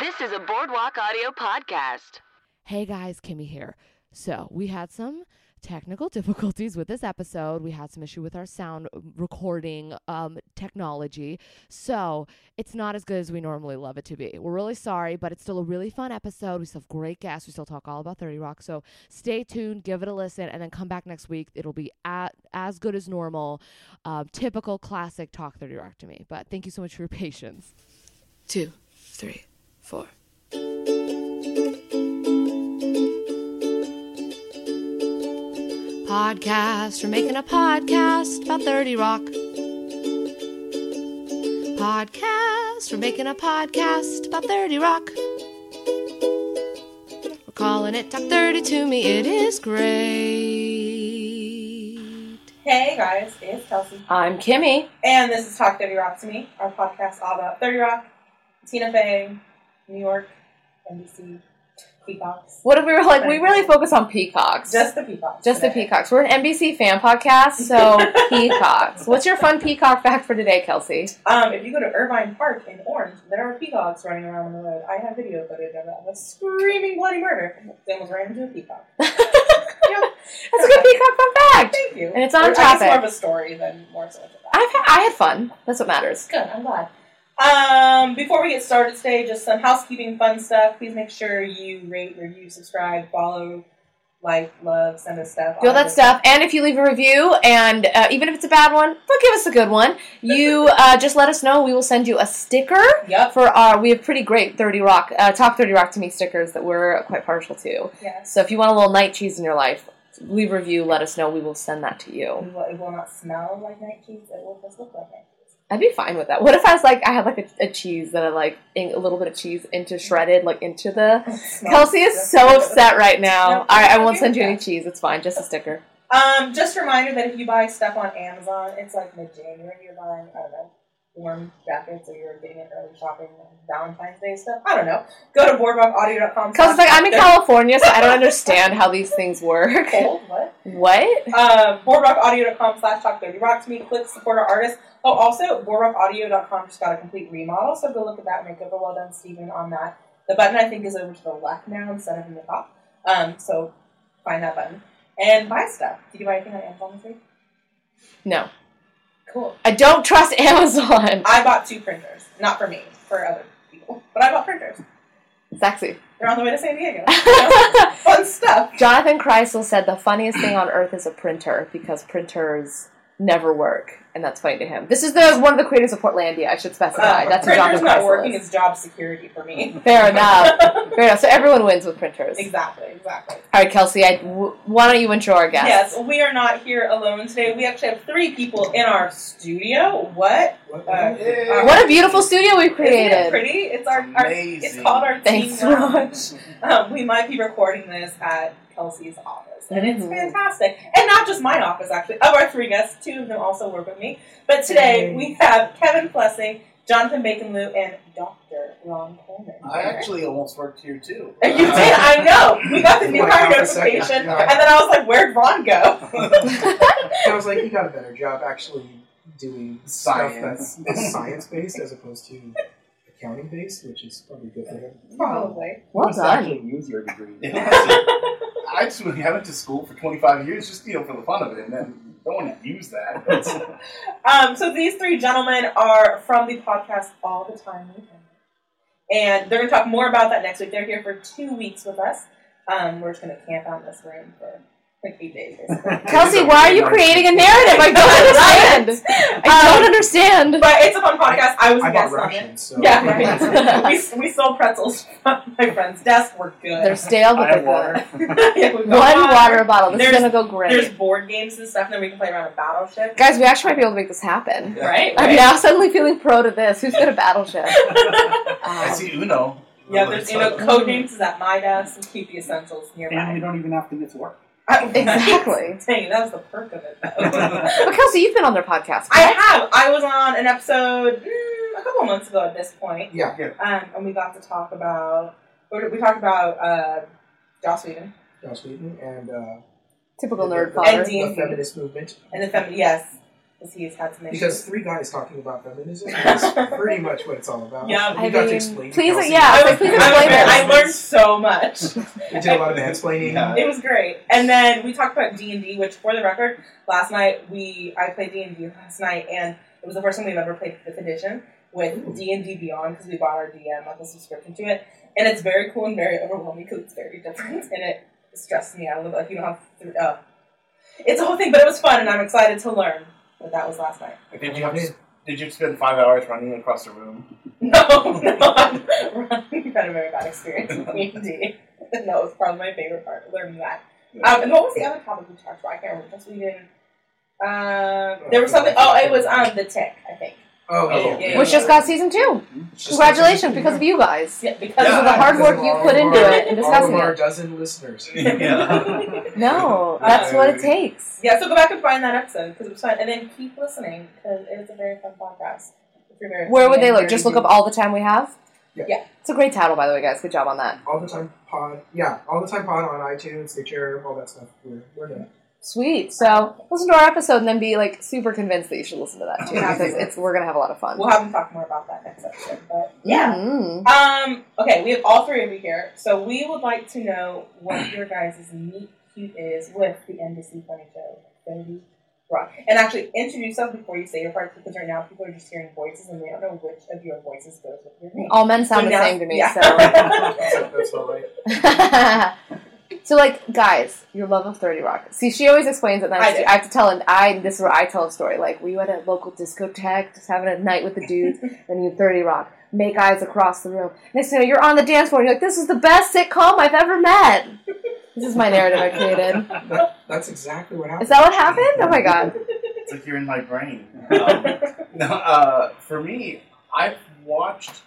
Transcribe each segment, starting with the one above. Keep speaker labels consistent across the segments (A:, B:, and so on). A: This is a Boardwalk Audio podcast.
B: Hey guys, Kimmy here. So, we had some technical difficulties with this episode. We had some issue with our sound recording um, technology. So, it's not as good as we normally love it to be. We're really sorry, but it's still a really fun episode. We still have great guests. We still talk all about 30 Rock. So, stay tuned, give it a listen, and then come back next week. It'll be at, as good as normal, um, typical classic Talk 30 Rock to me. But thank you so much for your patience.
C: two, three, four. Podcast. We're making a podcast about 30 Rock. Podcast. We're making a podcast about 30 Rock. We're calling it Talk 30 to Me. It is great.
D: Hey guys, it's Kelsey.
E: I'm Kimmy.
D: And this is Talk 30 Rock to Me, our podcast all about 30 Rock, Tina Fey, New York, NBC, Peacocks.
E: What if we were like, we really focus on peacocks.
D: Just the Peacocks.
E: Just the
D: today.
E: peacocks. We're an NBC fan podcast, so peacocks. What's your fun peacock fact for today, Kelsey?
D: Um, if you go to Irvine Park in Orange, there are peacocks running around on the road. I have video footage of it. of a screaming bloody murder. They almost ran into a peacock.
E: That's a good peacock fun fact.
D: Thank you.
E: And it's on
D: Or, I guess
E: topic.
D: more of a story than more so much of that.
E: I've ha- I had fun. That's what matters.
D: Good, I'm glad. Um, before we get started today, just some housekeeping fun stuff. Please make sure you rate, review, subscribe, follow, like, love, send us stuff.
E: Do all that
D: Obviously.
E: stuff. And if you leave a review, and uh, even if it's a bad one, but give us a good one. You uh, just let us know. We will send you a sticker.
D: Yep.
E: For our, we have pretty great 30 Rock, uh, Talk 30 Rock to Me stickers that we're quite partial to.
D: Yes.
E: So if you want a little night cheese in your life, leave a review, let us know. We will send that to you.
D: It will, it will not smell like night cheese. It will just look like night cheese.
E: I'd be fine with that. What if I was like, I had like a, a cheese that I like, in, a little bit of cheese into shredded, like into the. Kelsey is so upset right now. All right, I won't send you any cheese. It's fine, just a sticker.
D: Um, just a reminder that if you buy stuff on Amazon, it's like mid-January. You're buying, I don't know, warm jackets, or you're getting it early shopping, like Valentine's Day stuff. I don't know. Go to boardwalkaudio.com.
E: Kelsey's like, I'm in California, so I don't understand how these things work.
D: Cold? What?
E: What?
D: Uh, boardwalkaudio.com slash talk 30 rock to me. Click support our artists. Oh, also, boardwalkaudio.com just got a complete remodel, so go look at that. Makeover well done, Steven, on that. The button, I think, is over to the left now instead of in the top. Um, so find that button and buy stuff. Did you buy anything on Amazon this week?
E: No,
D: Cool.
E: I don't trust Amazon.
D: I bought two printers. Not for me, for other people. But I bought printers.
E: Sexy.
D: They're on the way to San Diego. you know? Fun stuff.
E: Jonathan Kreisel said the funniest thing on earth is a printer because printers never work, and that's funny to him. This is the one of the creators of Portlandia. I should specify.
D: Uh,
E: that's who
D: printers
E: Jonathan
D: not
E: Kreisel
D: working
E: is.
D: is job security for me.
E: Fair enough. Fair enough. So everyone wins with printers.
D: exactly, exactly.
E: All right, Kelsey. I, w- why don't you intro our guest?
D: Yes. we are not here alone today. We actually have three people in our studio. What? Uh,
E: What a beautiful studio we've
D: Isn't it
E: created.
D: pretty? It's our, our it's called our
E: Thanks
D: team
E: so
D: lounge. Um, we might be recording this at Kelsey's office, and it's
E: Mhm.
D: fantastic. And not just my office, actually. Of our three guests, two of them also work with me. But today we have Kevin Flessing, Jonathan Baconloo, and Doctor Ron Coleman.
F: I actually almost worked here too.
D: You did, I know. We got the new
F: Wow,
D: hire
F: for a second,
D: notification,
F: yeah.
D: and then I was like, "Where'd Ron go?"
G: I was like, you got a better job actually doing
F: Science.
G: stuff that's science based as opposed to accounting based, which is probably good for him.
D: Probably.
E: Well
G: Just
E: done.
G: Actually, use your degree.
F: I just went, I went to school for 25 years just you know for the fun of it, and then no one used that. That's,
D: Um, so these three gentlemen are from the podcast All the Time with Him. And they're going to talk more about that next week. They're here for two weeks with us. Um, we're just going to camp out in this room for like eight days. basically.
E: Kelsey, why are you creating a narrative? I don't understand. I don't
D: Um,
E: understand.
D: but it's a fun podcast. I was a
G: I bought
D: guest on it.
G: rations, so
D: Yeah, right. we, we sold pretzels from my friend's desk. We're good.
E: They're stale, but
F: I
E: they're
F: have water.
E: good.
D: Yeah, we've got
E: One water bottle. This
D: There's-
E: is gonna go
D: There's
E: great,
D: board games and stuff, and then we can play around a battleship.
E: guys. We actually might be able to make this happen.
D: Right?
E: I'm now suddenly feeling pro to this. Who's gonna battleship? Um,
F: I see Uno.
D: Yeah, there's you know
F: It's like-
D: code names is at my desk and keep the essentials
H: And we
D: nearby.
H: don't even have to get to work.
E: Exactly.
D: Dang, that was the perk of it. though.
E: But Kelsey, you've been on their podcast.
D: I
E: correct?
D: have. I was on an episode mm, a couple of months ago at this point,
G: yeah.
D: um, and we got to talk about. or We talked about uh, Joss Whedon
G: Josh Whedon and uh,
E: Typical nerd
G: the-
E: father.
D: And D&D.
G: the feminist movement.
D: and the feminist. Yes, because he has had some issues.
G: Because three guys talking about feminism is pretty much what it's all about.
D: Yeah.
G: we
E: I
G: got
E: mean,
G: to explain. to
E: please-
G: Kelsey.
E: yeah, I was like, please
D: I'm
E: explain
D: embarrassed.
E: this.
D: I learned so much.
G: We did a lot of mansplaining.
F: Yeah.
D: It was great. And then we talked about D and D, which for the record, last night we I played D and D last night, and it was the first time we've ever played Fifth Edition with D and D Beyond because we bought our DM like a subscription to it, and it's very cool and very overwhelming because it's very different, and it stressed me out a little. Like you don't have to. Uh, it's a whole thing, but it was fun, and I'm excited to learn. But that was last night.
F: Did you have to, did you spend five hours running across the room?
D: No, no, I'm running. had a very bad experience with D and D. That was probably my favorite part, learning that. Um, and what was the other topic we talked about? I can't remember. That's what we did. Um, there was something. Oh, it was um, the tick, I think.
G: Oh, yeah.
F: Oh,
G: yeah.
D: yeah.
E: Which just got season two.
G: Just
E: Congratulations,
G: like-
E: because of you guys.
D: Yeah, because
E: Yeah.
D: of
E: the
D: the-
E: hard
G: because of
E: work you
G: all
E: put
G: of
E: into
G: our-
E: it and
G: All
E: discussing
G: of our
E: it.
G: dozen listeners.
F: Yeah.
E: No, that's what it takes.
D: yeah. So go back and find that episode because it was fun, and then keep listening because it was a very fun podcast. If you're very-
E: Where would they look?
D: very
E: Just look up
D: deep.
E: all the time we have.
G: Yeah.
D: Yeah.
E: It's a great title, by the way, guys. Good job on that.
G: All the time pod. Yeah, all the time pod on iTunes, Stitcher, all that stuff. We're, we're done.
E: Sweet. So listen to our episode and then be like super convinced that you should listen to that too because it's we're gonna have a lot of fun.
D: We'll have them talk more about that next episode, but yeah.
E: Mm.
D: Um, okay, we have all three of you here, so we would like to know what your guys' meet cute is with the NBC Funny Show, Cindy Rock. And actually, introduce yourself before you say your parts, because right now people are just hearing voices and they don't know which of your voices goes with your name.
E: All men sound
D: So
E: the
D: now-
E: same to me.
D: yeah.
G: So that's all right.
E: So. so like guys, your love of Thirty Rock. See, she always explains it. and
D: I
E: I,
D: do.
E: I have to tell, and I this is where I tell a story. Like we went at a local discotheque, just having a night with the dudes, and you Thirty Rock. Make eyes across the room. Next thing you know, you're on the dance floor. And you're like, "This is the best sitcom I've ever met." This is my narrative I created.
G: That's exactly what
E: Is
G: happened.
E: that what happened? Oh my god.
F: It's like you're in my brain. Um, no, uh, for me, I've watched,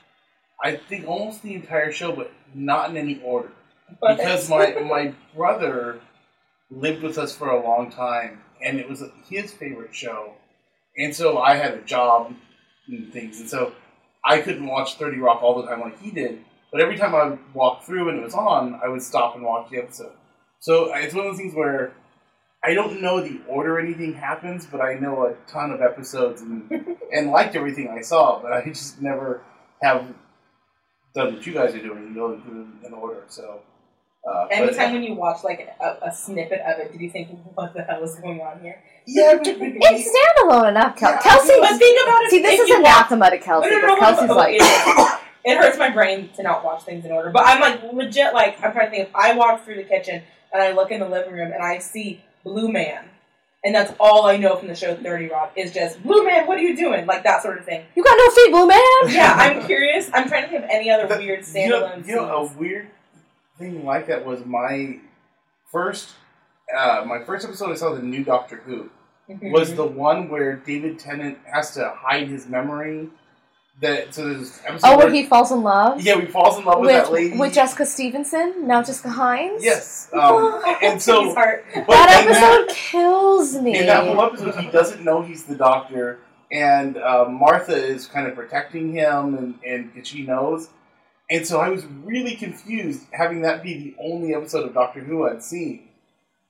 F: I think, almost the entire show, but not in any order.
D: But-
F: because my my brother lived with us for a long time, and it was his favorite show, and so I had a job and things, and so I couldn't watch Thirty Rock all the time like he did. But every time I walked through and it was on, I would stop and watch the episode. So it's one of those things where I don't know the order anything happens, but I know a ton of episodes and, and liked everything I saw, but I just never have done what you guys are doing and going through them in order. So uh, but-
D: Anytime when you watch like a, a snippet of it, did you think, "What the hell is going on here?"
F: yeah, but- but-
E: It's standalone enough, Kel- Kelsey.
D: But think about it.
E: Oh, See, this
D: if
E: is
D: you watch-
E: anathema to Kelsey.
D: No, no, no,
E: because
D: no, no,
E: Kelsey's
D: no,
E: like,
D: it- it hurts my brain to not watch things in order. But I'm like legit. Like I'm trying to think. If I walk through the kitchen and I look in the living room and I see Blue Man, and that's all I know from the show Thirty Rock is just Blue Man. What are you doing? Like that sort of thing.
E: you got no feet, blue man.
D: Yeah, I'm curious. I'm trying to think of any other
F: But
D: weird
F: you know,
D: standalone
F: you know, a
D: scenes.
F: weird thing like that was my first, uh, my first episode I saw the new Doctor Who.
D: Mhm.
F: uh, was the one where David Tennant has to hide his memory. That so there's this episode
E: Oh, where
F: where-
E: he falls in love
F: yeah, he falls in love with, Oh, that lady.
E: with, with Jessica Stevenson, now Jessica Hines. Oh,
F: yes, um, and
D: His
F: so
D: heart.
F: but
E: that
F: in
E: episode kills
F: That,
E: me.
F: in that whole episode, he doesn't know he's the doctor, and uh, Martha is kind of protecting him, and and 'cause she knows. And so I was really confused, having that be the only episode of Doctor Who I'd seen.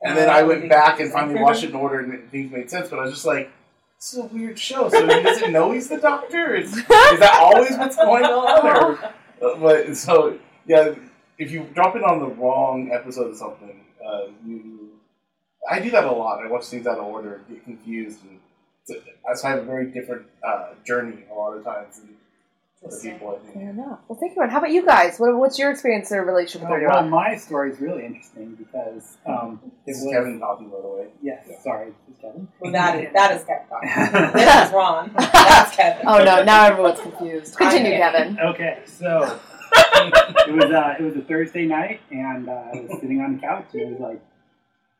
F: And then I went back and finally watched it in order, and things made sense. But I was just like, "This is a weird show." So he doesn't know he's the doctor. Is, is that always what's going on? Or, uh, but so yeah, if you drop in on the wrong episode of something, uh, you, I do that a lot. I watch things out of order, get confused, and so, so I have a very different uh, journey a lot of times than other people. I think.
E: Fair enough. Well, thank you. And how about you guys? What, what's your experience in a relationship with
D: Oh,
I: Well,
E: Thirty
I: well,
E: Rock?
I: my story is really interesting because um, it
F: This is
I: was
F: Kevin Poppy, by the way.
I: Yes, sorry, this is Kevin.
D: Well, that is that is Kevin. Costner.
I: is.
D: This is Ron. That's Kevin.
E: Oh no! Now everyone's confused. Continue,
D: Okay.
E: Kevin.
I: okay, so it was uh, it was a Thursday night, and uh, I was sitting on the couch, and it was like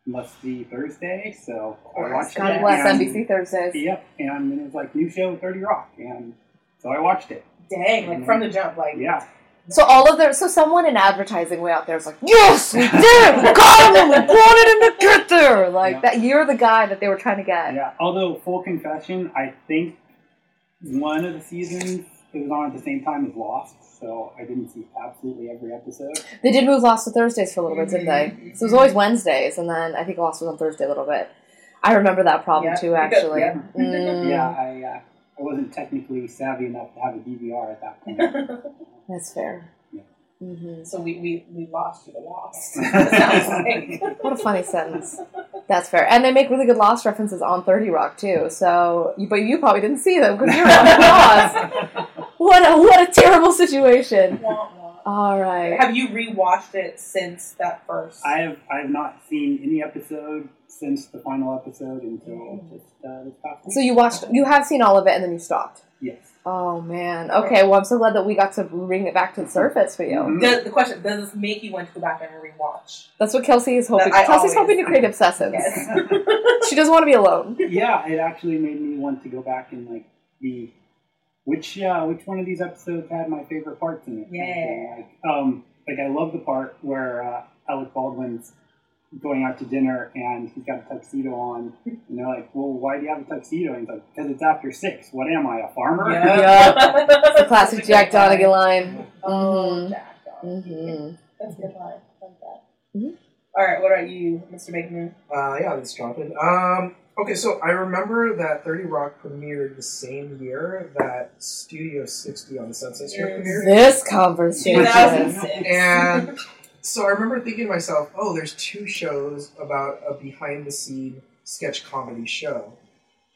I: must be Thursday, so I watched it.
E: God bless
I: and-
E: NBC Thursdays.
I: Yep, and it was like new show Thirty Rock, and so I watched it.
D: Dang! Like from the jump, like
I: Yeah,
E: So all of their so someone in advertising way out there is like, yes, we did, it! we got him, we wanted him to get there. Like
I: Yeah.
E: that, you're the guy that they were trying to get.
I: yeah. Although full confession, I think one of the seasons it was on at the same time as Lost, so I didn't see absolutely every episode.
E: They did move Lost to Thursdays for a little bit, didn't they? So it was always Wednesdays, and then I think Lost was on Thursday a little bit.
J: I remember that problem
D: Yeah,
J: too,
D: because-
J: actually.
D: yeah.
J: Mm,
I: Yeah, I uh, I wasn't technically savvy enough to have a DVR at that point.
J: That's fair.
I: Yeah.
J: hmm
D: So we, we, we lost you to Lost. Sounds like.
J: What a funny sentence. That's fair. And they make really good Lost references on 30 Rock, too. So, but you probably didn't see them because you were on Lost. What a, what a terrible situation.
D: Wah, wah.
J: All right.
D: Have you rewatched it since that first?
I: I have I have not seen any episode since the final episode until just uh, this past week.
J: So you watched, you have seen all of it and then you stopped.
I: yes.
J: Oh, man. Okay, well, I'm so glad that we got to bring it back to the surface for you.
I: Mhm.
D: Does, the question does this make you want to go back and rewatch?
J: That's what Kelsey is hoping.
D: But I always-
J: Kelsey's hoping to create obsessives.
D: Yes.
J: She doesn't want to be alone.
I: yeah, it actually made me want to go back and like the which uh, which one of these episodes had my favorite parts in it.
D: Yeah.
I: And, Like, um, like I love the part where uh, Alec Baldwin's going out to dinner and he's got a tuxedo on, and they're like, "Well, why do you have a tuxedo?" And he's like, "Because it's after six. What am I, a farmer?"
J: Yeah. The classic Jack Donaghy line.
D: Oh,
J: Mhm.
D: Jack Donaghy.
J: Mhm.
D: That's a good line. I like that.
J: Mhm.
D: All right, what about you, Mr. Baker?
G: Uh, yeah, that's Jonathan. Um, okay, so I remember that 30 Rock premiered the same year that Studio 60 on the Sunset Strip premiered.
J: This conversation.
D: 2006.
G: And so I remember thinking to myself, oh, there's two shows about a behind the scene sketch comedy show.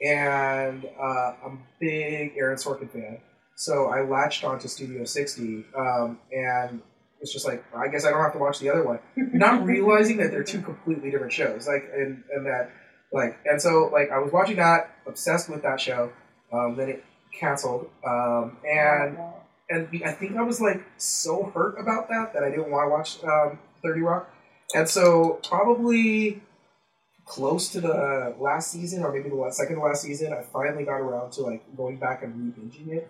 G: And uh, I'm a big Aaron Sorkin fan. So I latched onto Studio 60 um, and it's just like, I guess I don't have to watch the other one. Not realizing that they're two completely different shows. Like, and, and that, like, and so, like, I was watching that, obsessed with that show. Um, then it canceled.
D: Oh,
G: Um, and and we- I think I was like so hurt about that that I didn't want to watch um, Thirty Rock, and so probably close to the last season or maybe the last, second to last season, I finally got around to like going back and re-binging it,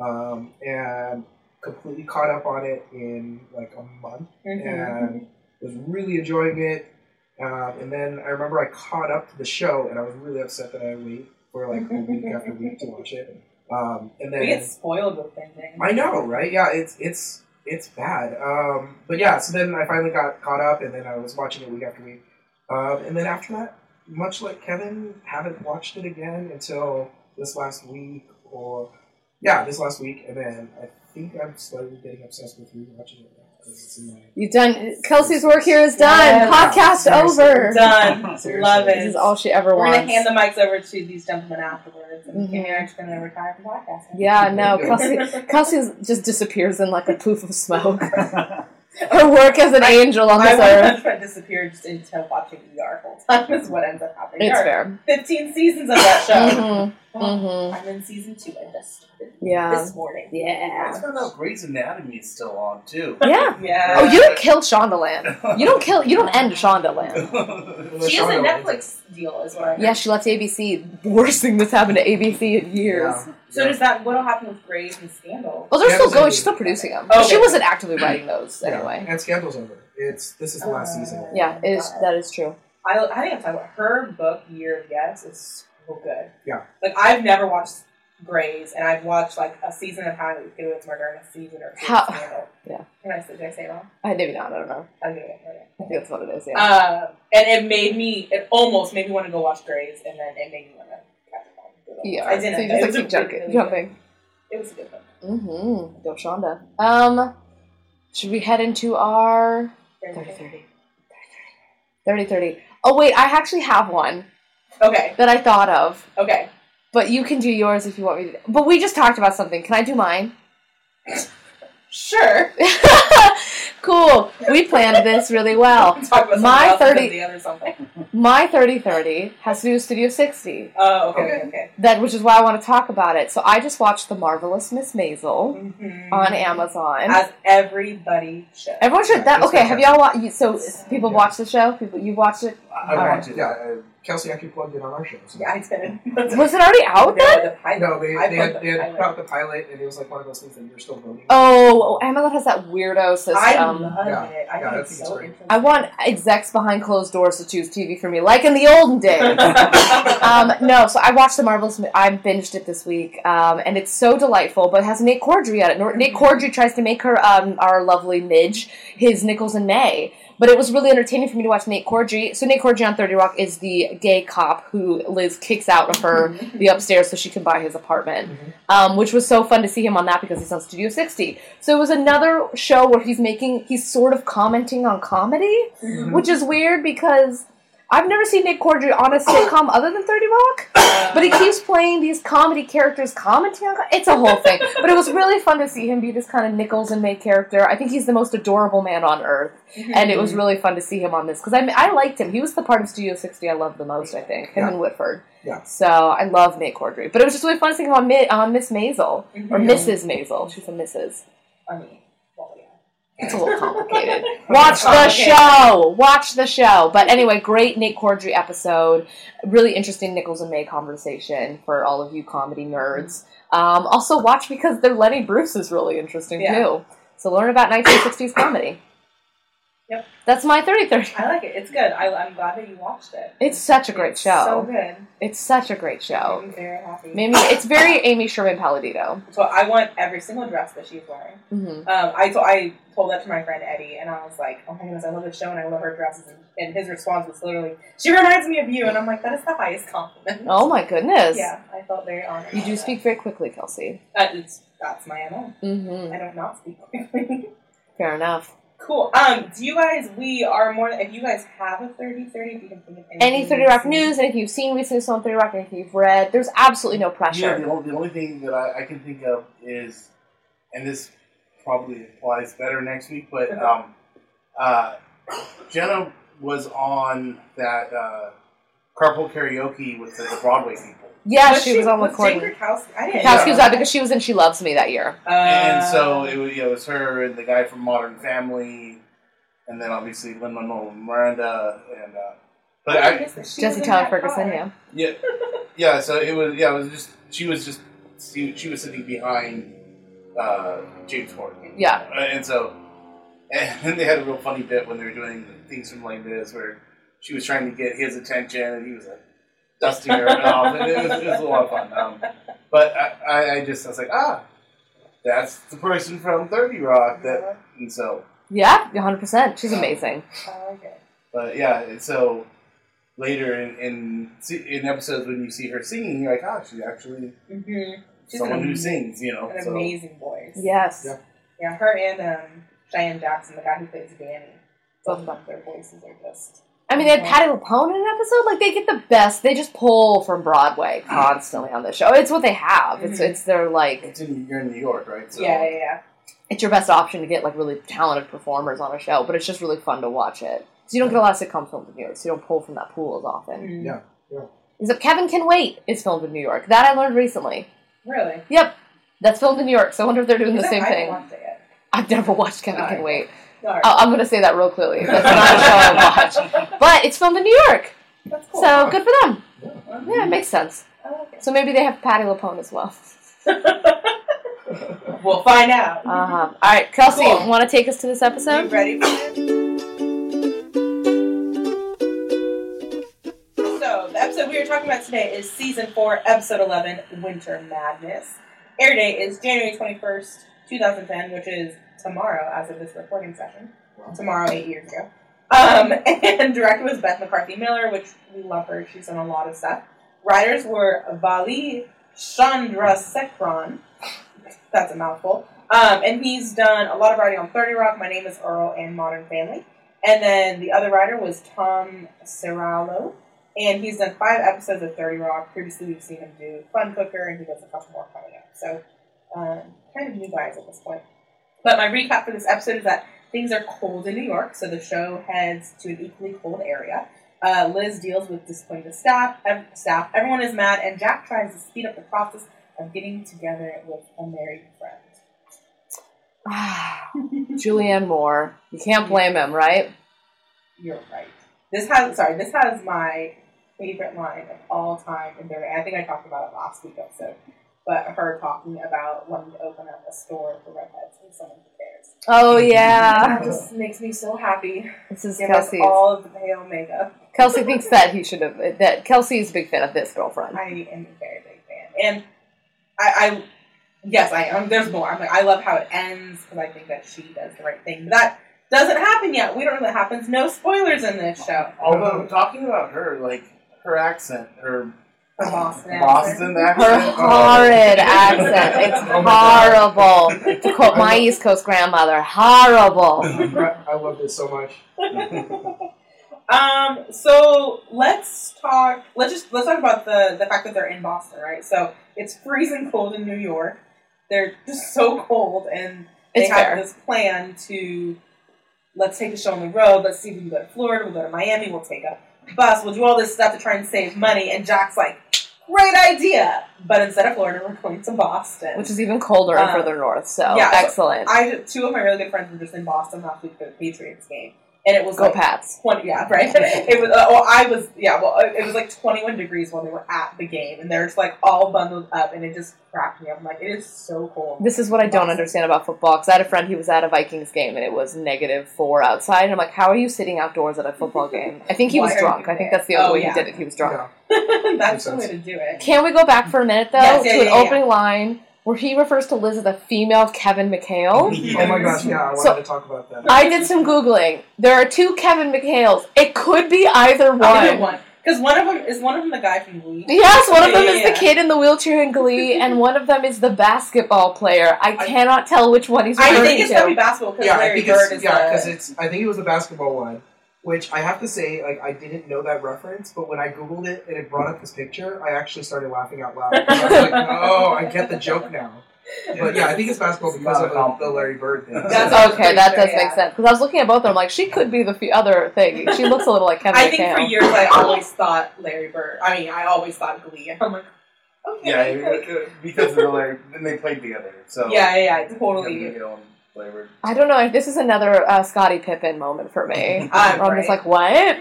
G: um, and completely caught up on it in like a month
D: Mm-hmm.
G: and was really enjoying it. Um, and then I remember I caught up to the show, and I was really upset that I wait for like a week after week to watch it. Um, and then
D: we get spoiled with things.
G: I know, right? Yeah, it's it's it's bad. Um, but yeah, so then I finally got caught up, and then I was watching it week after week. Um, and then after that, much like Kevin, haven't watched it again until this last week, or yeah, this last week. And then I think I'm slowly getting obsessed with rewatching it now 'cause it's in my
J: You've done Kelsey's work here is done.
D: Yes.
J: Podcast
G: Seriously.
J: over.
D: Done.
G: Seriously.
D: Love it.
J: This is all she ever
D: We're
J: wants.
D: gonna hand the mics over to these gentlemen afterwards, and
J: Mhm.
D: Eric's gonna retire from podcasting.
J: yeah, no, Kelsey, Kelsey just disappears in like a poof of smoke. Her work as an angel on
D: My
J: this
D: one
J: earth.
D: husband disappeared just into watching ER full time is what ends up happening.
J: It's
D: There are
J: fair.
D: 15 seasons of that show.
J: Mm-hmm. Mm-hmm.
D: I'm in season two. I just started
J: Yeah.
D: this morning.
J: Yeah.
F: I found out Grey's Anatomy is still on too.
J: Yeah.
D: Yeah.
J: Oh, you don't kill Shondaland. You don't kill. You don't end Shondaland.
D: She has a
G: Shondaland.
D: Netflix deal, is what I heard.
J: Yeah, she left ABC. Worst thing that's happened to ABC in years.
G: Yeah.
D: So does that? What'll happen with Graves and Scandal?
J: Well, they're
G: Yeah,
J: still
G: it was
J: going.
G: over.
J: She's still producing them. But
D: Oh, Okay.
J: She wasn't actively writing those
G: Yeah,
J: anyway.
G: and Scandal's over. It's this is the last
D: Uh,
G: season.
J: Yeah, it is.
D: Got it.
J: That is true.
D: I, I think I'm talking about her book Year of Yes is so good.
G: Yeah.
D: Like I've never watched Grays, and I've watched like a season of How to Do It's Murder and a season or two
J: How-
D: of Scandal.
J: Yeah.
D: Can I say, did I say it wrong?
J: I maybe not. I don't know.
D: I did it. Okay.
J: I think that's what it is. Yeah.
D: Uh, and it made me. It almost made me want to go watch Grays, and then it made me want to. catch up on it.
J: yeah.
D: I didn't.
J: E So
D: but
J: you just
D: it
J: like
D: was
J: keep
D: a really,
J: jumping.
D: really good-
J: jumping.
D: It was a good one.
J: Mm-hmm. Go Shonda. Um, should we head into our
D: Very good.
J: 30-30. 30-30. Oh wait, I actually have one
D: Okay.
J: that I thought of,
D: Okay.
J: but you can do yours if you want me to. But we just talked about something. Can I do mine?
D: Sure.
J: cool. We planned this really well.
D: Talk about
J: My
D: something else
J: 30
D: than the other something.
J: My 3030 has to do with Studio 60,
D: Oh, okay. Okay. okay.
J: that which is why I want to talk about it. So I just watched The Marvelous Miss Maisel
D: Mhm.
J: on Amazon.
D: As everybody should.
J: Everyone should that
G: It's
J: okay. Have y'all watched? So people
G: Yeah.
J: watch the show. People you watched it.
F: I
J: All
F: watched it.
G: Yeah. uh,
F: I-
G: Kelsey actually plugged in on our show. So.
D: Yeah, I did.
J: Was it already out then?
D: No, the pilot.
G: No, they,
D: I
G: they
D: plugged
G: had,
D: the
G: they had
D: pilot.
G: put out the pilot, and it was like one of those things that you're still voting.
J: Oh, Amazon has that weirdo system.
D: I
J: I,
D: love
G: yeah,
D: it. I
G: yeah,
D: think
G: I
D: it's
G: think it's
D: so
G: great.
D: interesting.
J: want execs behind closed doors to choose TV for me, like in the olden days. um, no, so I watched the Marvelous. Mi- I binged it this week, um, and it's so delightful. But it has Nate Cordry on it. Nor- Nate Cordry tries to make her um, our lovely Midge his Nichols and May. But it was really entertaining for me to watch Nate Cordry. So Nate Cordry on Thirty Rock is the gay cop who Liz kicks out of her the upstairs so she can buy his apartment, um, which was so fun to see him on that because he's on Studio 60. So it was another show where he's making he's sort of commenting on comedy,
D: Mhm.
J: which is weird because. I've never seen Nick Cordry on a sitcom other than 30 Rock, but he keeps playing these comedy characters commenting on. co- It's a whole thing. But it was really fun to see him be this kind of Nichols and May character. I think he's the most adorable man on earth and it was
G: Mm-hmm.
J: really fun to see him on this because I, I liked him. He was the part of Studio 60 I loved the most, I think, him
G: Yeah.
J: and Whitford.
G: Yeah.
J: So I love Nate Cordry, but it was just really fun to see him on, Mi- on Miss Maisel or
G: Mm-hmm.
D: Mhm.
J: Mrs. Maisel. She's a Mrs.
D: I mean, well, yeah.
J: It's a little complicated. Watch the show. Watch the show. But anyway, great Nate Cordry episode. Really interesting Nichols and May conversation for all of you comedy nerds. Um, also, watch because their Lenny Bruce is really interesting
D: Yeah.
J: too. So learn about 1960s comedy.
D: Yep.
J: That's my 3030.
D: I like it. It's good. I, I'm glad that you watched it.
J: It's such a great
D: It's
J: show.
D: So good.
J: It's such a great show.
D: I'm very happy.
J: Maybe it's very Amy Sherman Palladino.
D: So I want every single dress that she's wearing.
J: Mm-hmm.
D: Um, I told I told that to my friend Eddie, and I was like, "Oh my goodness, I love the show, and I love her dresses." And, and his response was literally, "She reminds me of you," and I'm like, "That is the highest compliment."
J: Oh my goodness!
D: Yeah, I felt very honored.
J: You
D: by
J: do
D: that.
J: speak very quickly, Kelsey.
D: That is, that's my MO.
J: Mm-hmm.
D: I don't not speak quickly.
J: Fair enough.
D: cool. Um, do you guys? We are more. If you guys have a 30-30, if you can think of anything
J: Any 30 Rock
D: you've
J: news, anything you've seen recently on 30 Rock, anything you've read, there's absolutely no
F: Yeah,
J: pressure.
F: the only, the only thing that I, I can think of is, and this probably applies better next week, but um, uh, Jenna was on that uh, carpool karaoke with the, the Broadway people.
J: Yeah,
D: Was
J: she, was on with
D: Jane
J: Courtney.
D: Krakowski? I didn't.
J: Kowski
F: Yeah.
J: was out because she was in She Loves Me that year.
D: Uh,
F: and so it was, it was her and the guy from Modern Family, and then obviously Lin Manuel Miranda, and uh, but
D: I
F: I,
D: guess that Oh, she was
J: Jesse
D: in
J: Tyler
D: that
J: Ferguson,
D: car.
J: yeah.
F: yeah, yeah. So it was yeah. It was just she was just she, she was sitting behind uh, James Corden.
J: Yeah.
F: Uh, and so and then they had a real funny bit when they were doing things from Les Mis where she was trying to get his attention and he was like dusting her off and it was, it was a lot of fun um, but I, I, I just I was like ah that's the person from 30 Rock that and so
J: Yeah, 100%. She's amazing.
D: I like it.
F: but yeah and so later in in, se- in episodes when you see her singing you're like ah she's actually
D: Mm-hmm. She's
F: someone
D: an,
F: who sings you know
D: an
F: so
D: amazing voice.
J: Yes.
G: Yeah.
D: Yeah, her and um, Cheyenne Jackson, the guy who plays Danny, both
J: Both of
D: of their voices are just.
J: I mean, they had Patty LuPone in an episode. Like, they get the best. They just pull from Broadway constantly on the show. It's what they have. It's,
D: Mhm.
J: it's their, like,
F: it's in you're in New York right so
D: Yeah, yeah, yeah.
J: it's your best option to get like really talented performers on a show, but it's just really fun to watch it. So you don't get a lot of sitcom filmed in New York, so you don't pull from that pool as often.
D: Mhm.
G: Yeah.
J: Except Kevin Can Wait is filmed in New York. That I learned recently.
D: Really?
J: Yep, that's filmed in New York. So I wonder if they're doing
D: Is
J: the
D: that-
J: same
D: I
J: thing. Oh,
D: haven't watched it yet.
J: I've never watched Kevin
D: Alright.
J: Can Wait.
D: Sorry.
J: I- I'm going to say that real clearly. That's not a show I watch, but it's filmed in New York,
D: That's cool.
J: so good for them.
D: Uh-huh.
J: Yeah, it makes sense.
D: I like it.
J: So maybe they have Patty LuPone as well.
D: we'll find out.
J: Uh-huh. All right, Kelsey,
D: Mm-hmm. Cool.
J: want to take us to this
D: Are
J: episode?
D: you ready for this? So, the episode we are talking about today is season 4, episode 11, Winter Madness. Air date is January 21st, 2010, which is tomorrow as of this recording session. Tomorrow, eight years ago. Um, and directed was Beth McCarthy Miller, which we love her. She's done a lot of stuff. Writers were Vali Chandra Sekron. That's a mouthful. Um, and he's done a lot of writing on 30 Rock, My Name is Earl, and Modern Family. And then the other writer was Tom Serralo. And he's done five episodes of 30 Rock. Previously, we've seen him do Fun Cooker, and he does a couple more coming up. So, um, kind of new guys at this point. But my recap for this episode is that things are cold in New York, so the show heads to an equally cold area. Uh, Liz deals with disappointed staff, ev- staff. Everyone is mad, and Jack tries to speed up the process of getting together with a married friend.
J: Julianne Moore. You can't blame him, right?
D: You're right. This has sorry, this has my favorite line of all time in there. I think I talked about it last week also. But her talking about wanting to open up a store for redheads and someone who cares.
J: Oh yeah.
D: That just makes me so happy.
J: This is
D: Give us
J: Kelsey.
D: all of the pale makeup.
J: Kelsey thinks that he should have that Kelsey is a big fan of this girlfriend.
D: I am a very big fan. And I, I yes, I am. There's more. I'm like, I love how it ends because I think that she does the right thing. But that doesn't happen yet. We don't know that happens. No spoilers in this show.
F: Although talking about her, like her accent, her
D: Her Boston accent.
F: Boston
J: Her
F: accent.
D: Oh,
J: horrid accent. It's
F: Oh my
J: horrible. To quote my East Coast grandmother, horrible.
G: I loved it so much.
D: Um, so let's talk. Let's just let's talk about the the fact that they're in Boston, right? So it's freezing cold in New York. They're just so cold, and they
J: It's
D: have
J: fair.
D: this plan to let's take the show on the road. Let's see if we can go to Florida. We'll go to Miami. We'll take a bus. We'll do all this stuff to try and save money. And Jock's like, great idea, but instead of Florida, we're going to Boston.
J: Which is even colder and
D: Uh,
J: further north, so
D: yeah, so
J: excellent.
D: I two of my really good friends were just in Boston last week for the Patriots game, and it was
J: Go
D: like
J: Pats.
D: 20, yeah, right. It was, uh, well, I was, yeah, well, it it was like 21 degrees when we were at the game, and they're just like all bundled up, and it just cracked me up. I'm like, it is so cold.
J: This is what I don't understand about football, because I had a friend who was at a Vikings game and it was negative four outside, and I'm like, how are you sitting outdoors at a football game? I think he
D: Why
J: was
D: are
J: drunk.
D: you
J: I think
D: there?
J: that's the only
D: Oh,
J: way
D: yeah.
J: he did it. He was drunk.
G: Yeah.
D: That's the
G: Makes
D: way
G: sense.
D: to do it.
J: Can we go back for a minute though
D: Yes, yeah,
J: to an
D: yeah, yeah.
J: opening line where he refers to Liz as a female Kevin McHale?
G: Oh my gosh, yeah, I wanted
J: So-
G: to talk about that.
D: uh,
J: I did some googling. There are two Kevin McHales. It could be either one.
D: Because one of them is one of them the guy from Glee.
J: Yes, one of them is
D: Yeah.
J: the kid in the wheelchair in Glee, and one of them is the basketball player. I cannot tell which one he's
D: I
J: referring
D: think it's
J: to.
D: gonna be basketball because
G: yeah, I
D: Larry
G: think
D: Bird
G: it's
D: is
G: yeah, because
D: the,
G: it's. I think it was the basketball one, which I have to say, like I didn't know that reference, but when I googled it and it brought up this picture, I actually started laughing out loud. I was like, oh, I get the joke now. But yeah, I think it's basketball
F: It's
G: because
F: not
G: of
F: a
G: the,
F: compliment.
G: the Larry Bird thing.
D: That's
G: So-
D: what I was
J: okay, that
D: pretty
J: does
D: sure,
J: make
D: yeah.
J: sense because I was looking at both of them. Like she could be the f- other thing. She looks a little like Kevin
D: I think
J: McHale.
D: for years I always thought Larry Bird. I mean, I always thought Glee. I'm like, okay,
F: Yeah,
D: like,
F: it- it- because of the like, then they played together. So
D: yeah, yeah, yeah,
F: You
D: totally.
F: know, and flavored.
J: I don't know if this is another uh, Scottie Pippen moment for me.
D: I'm
J: Where I'm just
D: Uh, right.
J: like, what?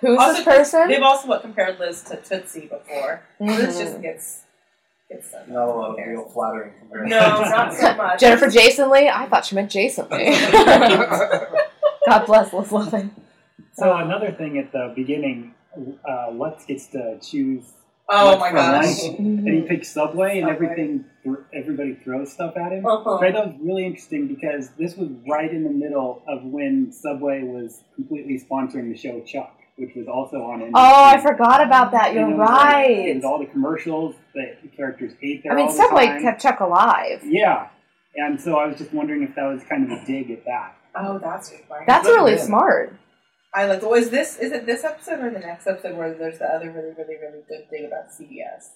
J: Who's
D: Also,
J: this person?
D: They've also what, compared Liz to Tootsie before. Liz just
J: Mhm.
D: gets gets some
F: Not a lot of real flattering comparisons.
D: No, not so much.
J: Jennifer Jason Lee? I thought she meant Jason Lee. God bless Liz Lovin.
I: So another thing at the beginning, uh, Lutz gets to choose.
D: Oh
I: what's
D: my
I: for
D: gosh.
I: lunch, And he picks Subway, and
D: Subway.
I: everything everybody throws stuff at him. But I
D: Uh-huh.
I: thought it was really interesting because this was right in the middle of when Subway was completely sponsoring the show Chuck, which was also on NBC.
J: Oh, I forgot about that. You're
I: And it was like- It
J: right.
I: was all the commercials that the characters ate there.
J: I mean,
I: all the
J: Subway
I: time.
J: kept Chuck alive.
I: Yeah, and so I was just wondering if that was kind of a dig at that.
D: Oh, that's right.
J: That's really
I: Yeah.
J: smart.
D: I like. Well, is this is it this episode or the next episode where there's the other really really really good thing about CBS? Is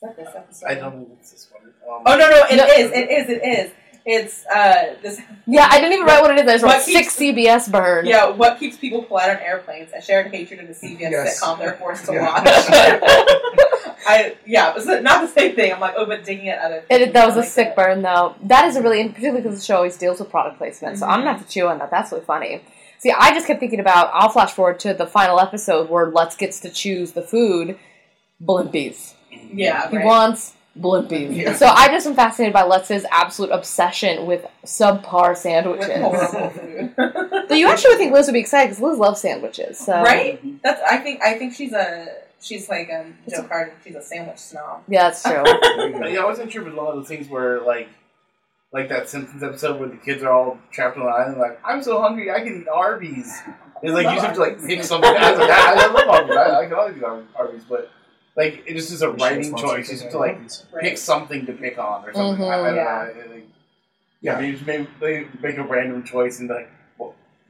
D: that this episode?
F: I don't think it's this one. Um,
D: Oh no no it
J: No.
D: is it is it is it's uh this
J: Yeah, I didn't even write what it is. I just
D: What
J: wrote six CBS burn.
D: yeah what keeps people polite on airplanes a shared hatred of the CBS
G: Yes.
D: sitcom they're forced to
G: Yeah.
D: watch. I yeah, it's not the same thing. I'm like, oh, but digging at other.
J: It,
D: things.
J: that was
D: I
J: a
D: like
J: sick burn, though. That is a really, particularly because the show always deals with product placement.
I: Mm-hmm.
J: So I'm gonna have to chew on that. That's really funny. See, I just kept thinking about. I'll flash forward to the final episode where Lutz gets to choose the food, blimpies.
D: Yeah,
J: He
D: right.
J: wants blimpies.
G: Yeah.
J: So I just am fascinated by Lutz's absolute obsession with subpar
D: with
J: sandwiches.
D: horrible food.
J: so you actually would think Liz would be excited because Liz loves sandwiches. So
D: right? That's I think I think she's a she's like um Joe Carter, she's a sandwich snob.
J: yeah, that's true.
G: There you go.
F: yeah, I wasn't sure with a lot of the things where like, like that Simpsons episode where the kids are all trapped on an island. Like, I'm so hungry, I can eat Arby's. It's like you just have to like pick something. I, was like, I, I love Arby's. I, I can always eat Ar- Arby's, but like it just is a
G: We should have
F: writing
G: sponsored
F: choice. You just have to like
G: something else.
D: Right?
F: pick something to pick on or something. I, I don't
D: Mhm.
F: know. It- like- yeah, they just make, they make a random choice and like,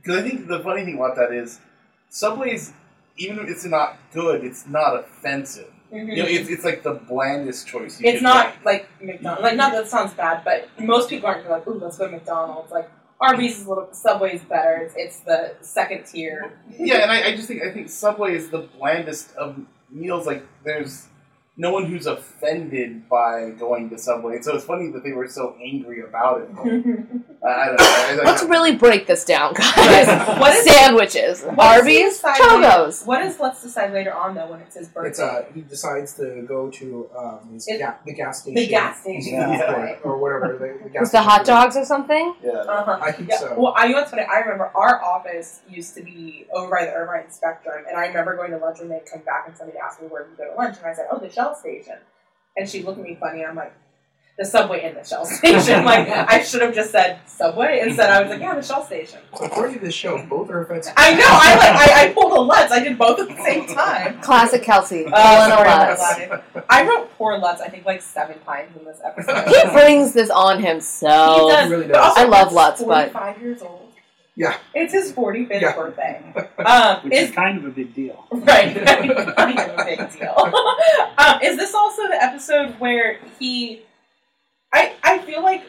F: because I think the funny thing about that is Subway's even if it's not good, it's not offensive.
D: Mhm.
F: You know, it's, it's like the blandest choice. You
D: it's
F: could
D: not
F: make.
D: like McDonald's. Like not that it sounds bad, but most people aren't gonna be like, ooh, let's go to McDonald's. Like Arby's is a little Subway's better. It's, it's the second tier.
F: Yeah, and I, I just think I think Subway is the blandest of meals. Like, there's no one who's offended by going to Subway. So it's funny that they were so angry about it.
J: Mm-hmm.
F: I, I don't know. I- I-
J: Let's really break this down, guys.
F: Right.
D: What is-
J: sandwiches,
D: What does he
J: Arby's,
D: decide
J: Chogos.
D: later- What does Let's decide later on though when it's his birthday?
G: It's uh, he decides to go to um, his
D: It-
G: ga- the gas station.
D: the gas station.
I: Yeah.
D: Right.
G: Or whatever. The, the gas
J: It's the
G: station
J: hot
G: is.
J: dogs or something.
F: yeah.
D: Uh-huh.
G: I think
D: Yeah,
G: so.
D: Well, I you know what's funny. I remember our office used to be over by the Irvine Spectrum, and I remember going to lunch and they'd come back and somebody asked me where we go to lunch, and I said, "Oh, the Shell Station," and she looked at me funny. and I'm like, the subway and the Shell station. like I should have just said subway instead. I was like, yeah, the Shell station.
G: According to the show, both are offensive.
D: I know. I like I, I pulled a Lutz. I did both at the same time.
J: Classic Kelsey.
D: Oh,
J: One of
D: sorry
J: us.
D: about that. I wrote poor Lutz. I think like seven times in this episode.
J: He brings this on himself.
D: He does.
G: Really does.
D: But also,
J: I love
D: he's
J: Lutz, but-
D: 45 years old.
G: Yeah.
D: It's his 45th
G: Yeah.
D: birthday. Um,
I: which is
D: is,
I: kind of a big deal.
D: right. kind of a big deal. um, is this also the episode where he. I, I feel like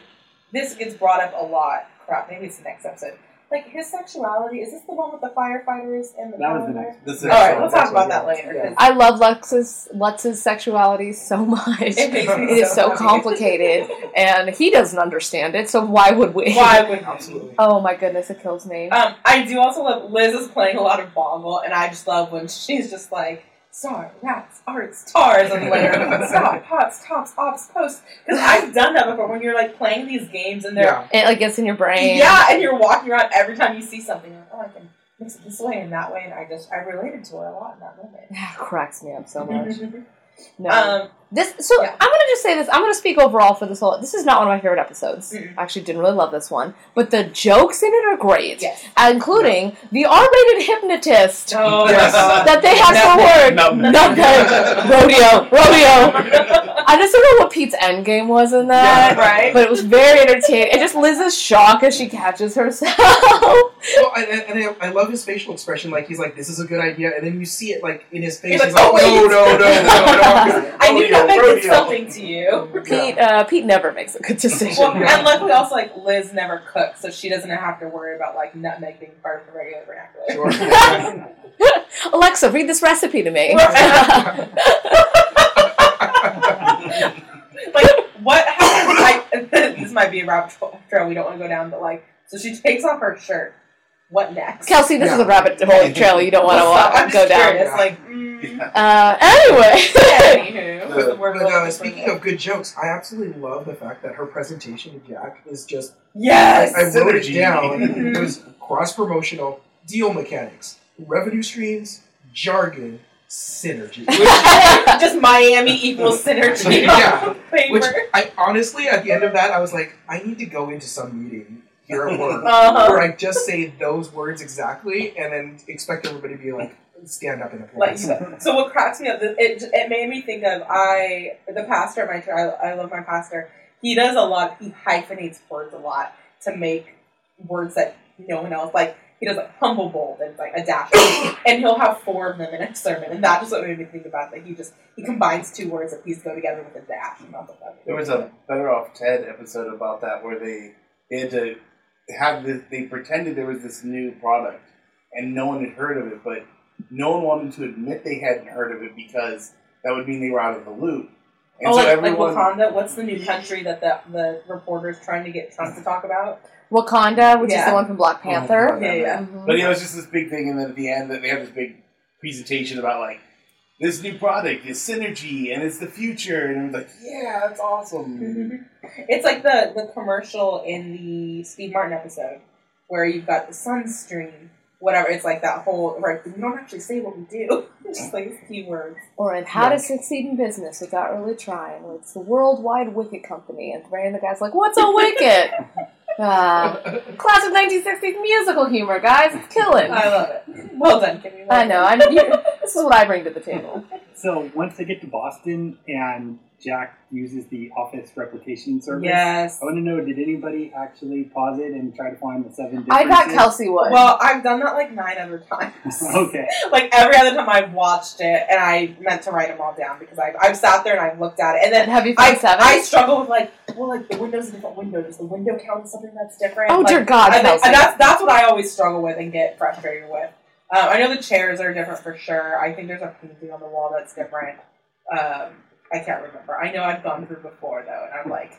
D: this gets brought up a lot. Crap, maybe it's the next episode. Like, his sexuality. Is this the one with the firefighters and the.
I: That was the
D: calendar?
I: next.
F: This is
D: All right,
F: excellent.
D: we'll talk about that later. 'cause
J: I love Lux's Lutz's sexuality so much.
D: It
J: It
D: makes me
J: is so
D: happy.
J: complicated, and he doesn't understand it. So why would we?
D: Why would
G: Absolutely.
J: Oh my goodness, it kills me.
D: Um, I do also love Liz is playing a lot of Bongle, and I just love when she's just like star rats arts tars and whatever stop pots tops ops posts because I've done that before when you're like playing these games and they're
G: Yeah.
J: It like gets in your brain.
D: yeah and you're walking around every time you see something you're like oh I can mix it this way and that way and I just I related to her a lot in that moment.
J: It cracks me up so much. No.
D: Mm-hmm. um,
J: This so
D: Yeah.
J: I'm gonna just say this. I'm gonna speak overall for this whole. This is not one of my favorite episodes.
D: Mm-mm.
J: I actually didn't really love this one, but the jokes in it are great,
D: yes.
J: including the R-rated hypnotist
D: Oh,
F: Yes.
D: God.
J: that they have for word.
F: Nub-
J: Not that rodeo, rodeo. I just don't know what Pete's end game was in that,
D: Right.
J: but it was very entertaining. And just Liz's shock as she catches herself.
G: Well, and, and and I, I love his facial expression. Like he's like, "This is a good idea," and then you see it like in his face.
D: He's
G: He's,
D: like,
G: like,
D: "Oh,
G: "No,
D: wait."
G: no, no, no, no, I'm good."
D: I knew
G: Rodeo,
D: that meant
G: rodeo.
D: something to you.
J: Pete, uh, Pete never makes a good decision.
D: Well,
G: Yeah.
D: and luckily also like Liz never cooks, so she doesn't have to worry about like nutmeg being part of the regular vernacular.
G: Sure.
J: Alexa, read this recipe to me.
D: Right. like what happens? I, this might be a rabbit hole trail we don't want to go down, but like, so she takes off her shirt. What next?
J: Kelsey, this is a rabbit hole trail you don't want to
D: What's up? I'm
J: walk,
D: just
J: go down.
D: curious, Like, mm,
J: Uh, anyway,
D: anywho,
F: The-
D: the word
G: But
D: we're
G: uh,
D: looking for
G: speaking
D: there.
G: of good jokes, I absolutely love the fact that her presentation to Jack is just I,
D: yes,
G: I wrote it
F: Synergy.
G: down.
D: Mhm.
G: It was cross promotional, deal mechanics, revenue streams, jargon, synergy.
D: just Miami equals synergy.
G: Yeah,
D: on paper.
G: Which I honestly, at the end of that, I was like, I need to go into some meeting here at work
D: Uh-huh.
G: where I just say those words exactly and then expect everybody to be like, stand up and
D: like
G: applause.
D: so what cracks me up it, it made me think of i the pastor at my church I, I love my pastor he does a lot he hyphenates words a lot to make words that no one else like he does like humble bold and like a dash and he'll have four of them in a sermon and that's what made me think about that he just he combines two words that these go together with a dash and that's what that
F: There was a Better Off Ted episode about that where they, they had to have this, they pretended there was this new product and no one had heard of it, but no one wanted to admit they hadn't heard of it because that would mean they were out of the loop. And
D: Oh,
F: so
D: like, like
F: everyone.
D: Wakanda. What's the new country that the, the reporter's trying to get Trump to talk about?
J: Wakanda, which is
D: Yeah.
J: the one from Black Panther.
D: Yeah, yeah.
E: Mm-hmm.
J: Mhm.
F: But yeah, it was just this big thing, and then at the end, that they have this big presentation about like this new product is synergy and it's the future, and it was like, yeah, that's awesome.
D: Mm-hmm. It's like the the commercial in the Steve Martin episode where you've got the sunstream, whatever. It's like that whole right. We don't actually say what we do. It's just like these keywords.
J: Or in How
G: Yeah.
J: to Succeed in Business Without Really Trying. where It's the Worldwide Wicket Company. And Brandon the guy's like, What's a wicket? Ah, classic 1960s musical humor, guys. It's killing.
D: I love it. Well done, Kimmy. Well
J: I know. I'm, you, this is what I bring to the table.
I: So once they get to Boston and Jack uses the office replication
D: done.
I: service,
D: Yes.
I: I want to know did anybody actually pause it and try to find the seven
J: I
I: differences?
J: thought Kelsey would.
D: Well, I've done that like nine other times.
I: okay.
D: like every other time I've watched it, and I meant to write them all down because I've, I've sat there and I've looked at it, and
J: and
D: then
J: have you
D: I
J: found seven?
D: I struggle with like, well, like the window's a different window. Does the window count as something that's different?
J: oh,
D: Like,
J: dear God,
D: I think,
J: Kelsey.
D: and that's that's what I always struggle with and get frustrated with. Um, I know the chairs are different for sure. I think there's a painting on the wall that's different. Um, I can't remember. I know I've gone through before though, and I'm like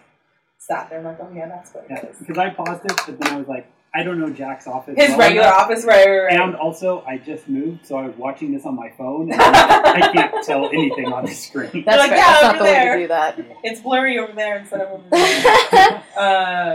D: sat there and like, oh yeah, that's what
I: Yeah,
D: it is.
I: because I paused it, but then I was like, I don't know Jack's office.
D: His
I: well
D: regular
I: enough.
D: office, right, right, right.
I: And also, I just moved, so I was watching this on my phone, and I can't tell anything on the screen.
J: That's
D: You're like,
J: fair.
D: "Yeah,
J: That's not
D: over
J: the
D: there."
J: way to do that.
D: It's blurry over there instead of over there.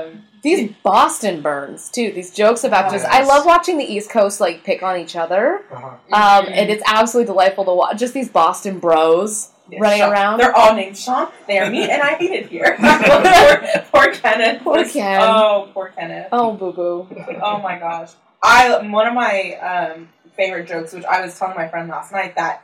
D: um,
J: These Boston burns too. These jokes about just I
G: Yes.
J: love watching the East Coast like pick on each other.
G: Uh-huh.
D: Mm-hmm.
J: Um, and it's absolutely delightful to watch. Just these Boston bros
D: Yes,
J: running
D: Sean.
J: around.
D: They're all named Sean. They are me, and I hate it here. poor, poor Kenneth.
J: Poor Ken.
D: Oh, poor Kenneth.
J: Oh, boo boo.
D: Oh my gosh. I one of my um, favorite jokes, which I was telling my friend last night, that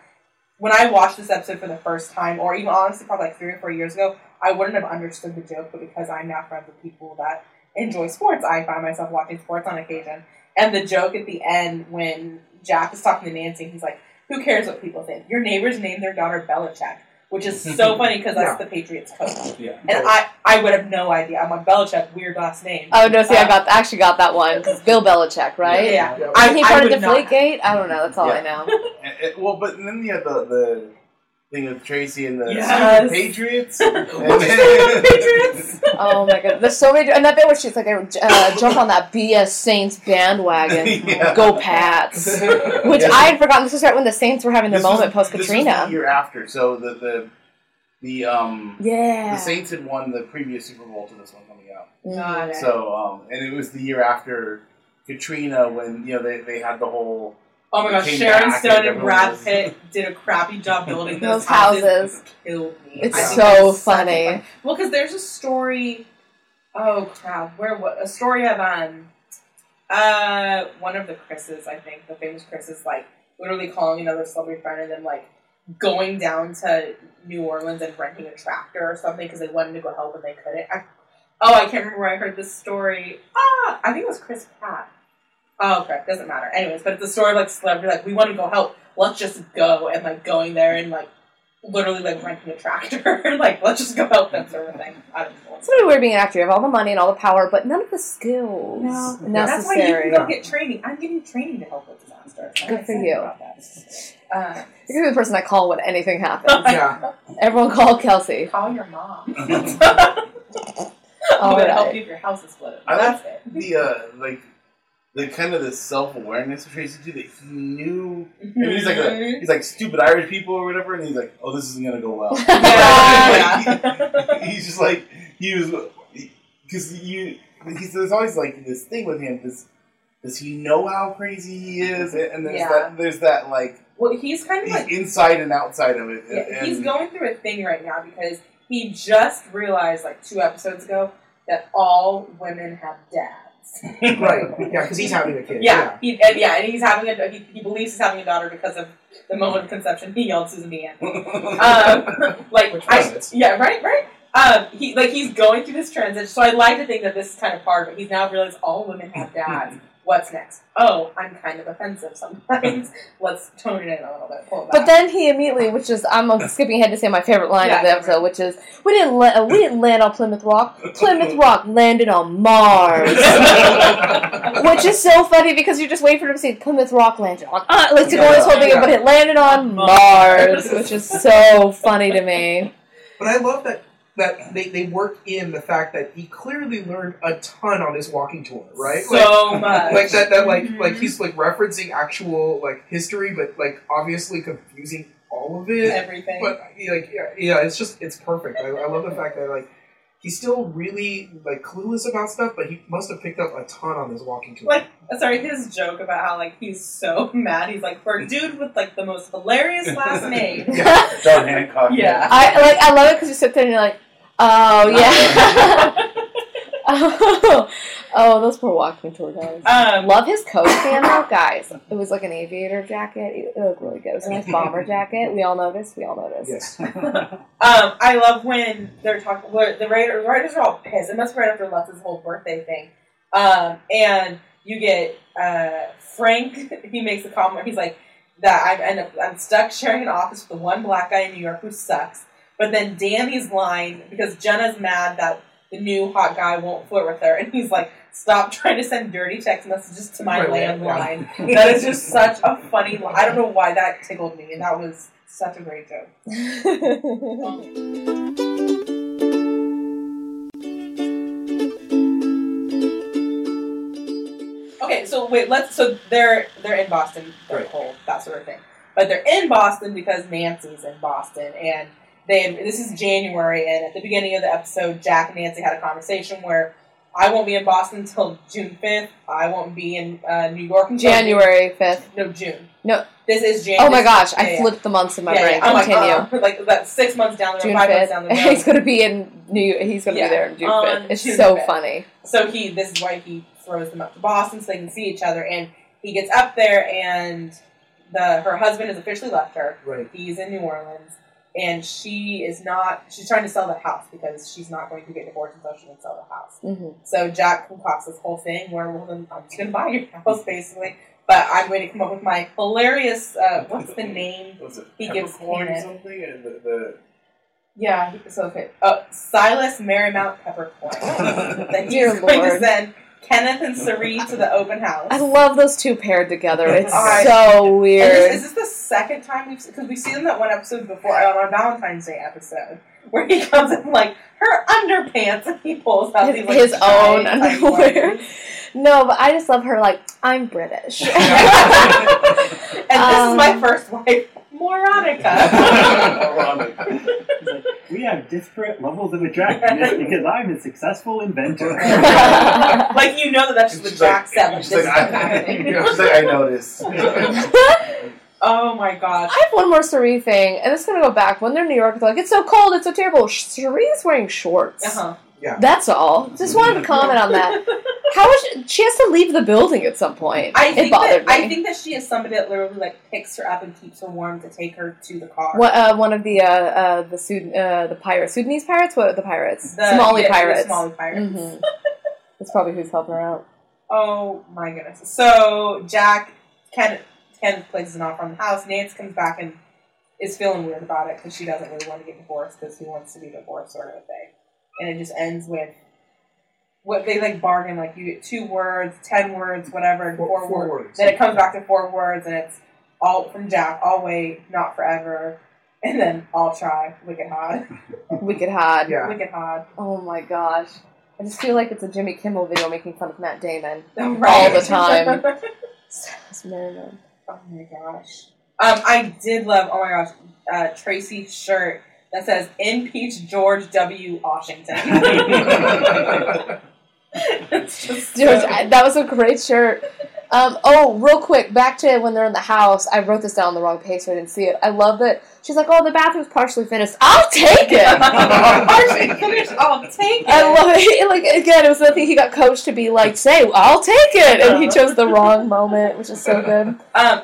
D: when I watched this episode for the first time, or even honestly probably like three or four years ago, I wouldn't have understood the joke, but because I'm now friends with people that enjoy sports, I find myself watching sports on occasion. And the joke at the end when Jack is talking to Nancy, he's like, "Who cares what people think? Your neighbors named their daughter Belichick." Which is so funny because that's the Patriots coach,
F: Yeah.
D: and I, I would have no idea. I'm a Belichick, weird last name.
J: Oh no, see, I got actually got that one. It's Bill Belichick, right?
D: Uh, Yeah.
G: Yep.
J: Isn't he
D: I- I
J: part of
D: would not
J: Deflate Gate? I don't know. That's all
F: Yeah.
J: I know.
F: And- and- well, but then you have the, the thing with Tracy and the
D: Yes.
F: Patriots. and
D: Patriots.
J: Oh my god, there's so many. And that bit where she's like, uh, jump on that BS Saints bandwagon,
F: Yeah.
J: go Pats. Which
F: Yeah.
J: I had forgotten. This was right when the Saints were having the
F: This was-
J: moment post
F: This was the
J: Katrina.
F: year after, so the the the um the
J: Yeah.
F: Saints had won the previous Super Bowl to this one coming out.
J: Mm.
F: So um, and it was the year after Katrina when you know they, they had the whole
D: Oh my gosh,
F: Came
D: Sharon
F: back
D: Stone
F: and
D: and Brad
F: everyone
D: Pitt did a crappy job building those,
J: Those houses.
D: Killed me.
J: It's
D: I think
J: so
D: that's such a
J: funny.
D: fun- Well, because there's a story. Oh crap! Where what? A story of um, uh, one of the Chris's, I think, the famous Chris's, like literally calling another celebrity friend and then like going down to New Orleans and renting a tractor or something because they wanted to go help and they couldn't. I, oh, I can't remember where I heard this story. Ah, I think it was Chris Pratt. Oh, crap, doesn't matter. Anyways, but it's the story of like celebrity, like we want to go help. Let's just go and like going there and like literally like renting a tractor and like let's just go help them sort of thing. I don't know.
J: It's really weird being an actor. You have all the money and all the power, but none of the skills
D: No.
J: necessary.
D: That's why you can go get training. I'm getting training to help with disaster. I'm
J: Good for
D: excited
J: you.
D: about that. Uh,
J: You're gonna be the person I call when anything happens.
G: yeah.
J: Everyone call Kelsey.
D: call your mom.
J: All
D: I'm gonna help
J: right.
D: you if your house is flooded.
F: I
D: That's it.
F: the uh, like the kind of the self awareness of Tracy too that he knew. And he's like
D: Mm-hmm.
F: a, he's like stupid Irish people or whatever, and he's like, oh, this isn't gonna go well.
D: Yeah.
F: Like, he- he's just like he was because you. He's, there's always like this thing with him. Does does he know how crazy he is? And, and there's
D: Yeah.
F: that there's that like
D: well, he's kind of
F: he's
D: like
F: inside and outside of it.
D: Yeah,
F: and,
D: he's going through a thing right now because he just realized, like two episodes ago, that all women have dads.
G: Right. Yeah, because he's having a
D: Yeah,
G: kid.
D: He, and yeah, and he's having a he, he believes he's having a daughter because of the moment of conception. He yelled Susan B. Anthony. Um, like
G: Which
D: I,
G: was it.
D: yeah, right, right. Um, he like he's going through this transition. So I like to think that this is kind of hard, but he's now realized all women have dads. What's next? Oh, I'm kind of offensive sometimes. Let's tone it in a little bit. Pull it
J: But
D: back.
J: then he immediately, which is I'm skipping ahead to say my favorite line
D: Yeah,
J: of the
D: right.
J: episode, which is we didn't la- we didn't land on Plymouth Rock. Plymouth Rock landed on Mars, which is so funny because you just wait for him to say Plymouth Rock landed on uh, like to go this whole thing, but it landed on Mars, which is so funny to me.
G: But I love that that they, they work in the fact that he clearly learned a ton on his walking tour, right? like,
D: so much.
G: like that that like
D: Mhm.
G: like he's like referencing actual like history, but like obviously confusing all of it.
D: everything.
G: But like yeah, yeah, it's just it's perfect. I, I love the fact that like he's still really like clueless about stuff, but he must have picked up a ton on his walking tour.
D: Like, Uh, sorry, his joke about how like he's so mad. He's like, for a dude with like the most hilarious last name.
F: John Hancock.
D: Yeah.
J: I like I love it because you sit there and you're like, oh yeah, oh, oh those poor walking tour guys.
D: Um,
J: Love his coat stand though, guys. It was like an aviator jacket. It it looked really good. It was a nice bomber jacket. We all noticed. We all noticed.
G: yes,
D: um, I love when they're talking. where The writers, writers are all pissed. It must be right after Lutz's whole birthday thing. Um, and you get uh, Frank. He makes a comment. where He's like, "That I end up. I'm stuck sharing an office with the one black guy in New York who sucks." But then Danny's line because Jenna's mad that the new hot guy won't flirt with her, and he's like, "Stop trying to send dirty text messages to my
G: Right, right,
D: landline." That is just such a funny. Line. I don't know why that tickled me, and that was such a great joke. Okay, so wait, let's. So they're they're in Boston. They're
G: Right.
D: cold, that sort of thing. But they're in Boston because Nancy's in Boston, and they. This is January, and at the beginning of the episode, Jack and Nancy had a conversation where I won't be in Boston until June 5th. I won't be in uh, New York until
J: January 5th.
D: No, June.
J: No.
D: This is January.
J: Oh my gosh, I flipped the months in my brain.
D: I'm like,
J: Continue.
D: uh, like about six months down the road,
J: June
D: five months down the
J: fifth.
D: road.
J: He's gonna be in New. He's gonna
D: Yeah,
J: be there on June
D: on
J: fifth. It's
D: June
J: so
D: 5th.
J: funny.
D: So he, this is why he throws them up to Boston so they can see each other. And he gets up there, and the her husband has officially left her.
G: Right.
D: He's in New Orleans, and she is not. She's trying to sell the house because she's not going to get divorced until she can sell the house.
J: hmm
D: So Jack concocts this whole thing where well, then I'm just going to buy your house basically, but I'm going to come up with my hilarious. Uh, what's the name?
F: Was it
D: He gives
F: peppercorn or
D: peanut.
F: something? And the, the
D: Yeah, he- so okay. Uh, Silas Marymount Peppercorn. then he's
J: Dear
D: going to
J: Lord.
D: send Kenneth and Cerie to the open house.
J: I love those two paired together. It's
D: Alright.
J: so
D: And
J: weird.
D: this, is this the second time we've because we've seen them that one episode before on our Valentine's Day episode where he comes in like her underpants and he pulls out
J: His-
D: these, like,
J: his own
D: giant tiny
J: underwear.
D: ones.
J: no, but I just love her. Like I'm British.
D: and this is my
J: Um.
D: first wife, Moronica.
F: Ironic.
I: It's like, we have disparate levels of attractiveness because I'm a successful inventor.
D: like you know that that's
F: And
D: just the
F: she's
D: Jack
F: like-
D: Seven.
F: she's
D: This
F: like,
D: is the kind of thing.
F: She's like, I noticed.
D: Oh my gosh.
J: I have one more Cherie thing, and it's gonna go back. When they're in New York, they're like, "It's so cold, it's so terrible." Cherie's wearing shorts.
D: Uh-huh.
J: That's all. Just wanted to comment on that. How is she, she has to leave the building at some point?
D: I
J: it
D: think
J: bothered
D: that, I
J: me.
D: think that she is somebody that literally like picks her up and keeps her warm to take her to the car.
J: What, uh, one of the uh, uh, the Sud- uh, the pirates, Sudanese pirates, what the pirates,
D: The-
J: Somali
D: yeah, the
J: pirates.
D: Somali pirates.
J: Mhm. That's probably who's helping her out.
D: Oh my goodness. So Jack Ken Ken places an offer on the house. Nance comes back and is feeling weird about it because she doesn't really want to get divorced because he wants to be divorced sort of a thing. And it just ends with what they like bargain like you get two words, ten words, whatever, and
G: Four-
D: four,
G: four
D: words.
G: words.
D: Then it comes back to four words and it's all from Jack, all way, not forever, and then I'll try, wicked hard,
J: Wicked Hod.
G: Yeah.
D: wicked hard.
J: Oh my gosh. I just feel like it's a Jimmy Kimmel video making fun of Matt Damon.
D: Right.
J: the time. It's Merriman.
D: Oh my gosh. Um, I did love, oh my gosh, uh, Tracy's shirt that says Impeach George W. Washington. it's just so-
J: Dude, I- that was a great shirt. Um, oh, real quick, back to when they're in the house. I wrote this down on the wrong page, so I didn't see it. I love that she's like, "Oh, the bathroom's partially finished. I'll take it."
D: Partially finished, I'll take it.
J: I love it. Like again, it was the thing he got coached to be like, say, I'll take it, and he chose the wrong moment, which is so good.
D: Um,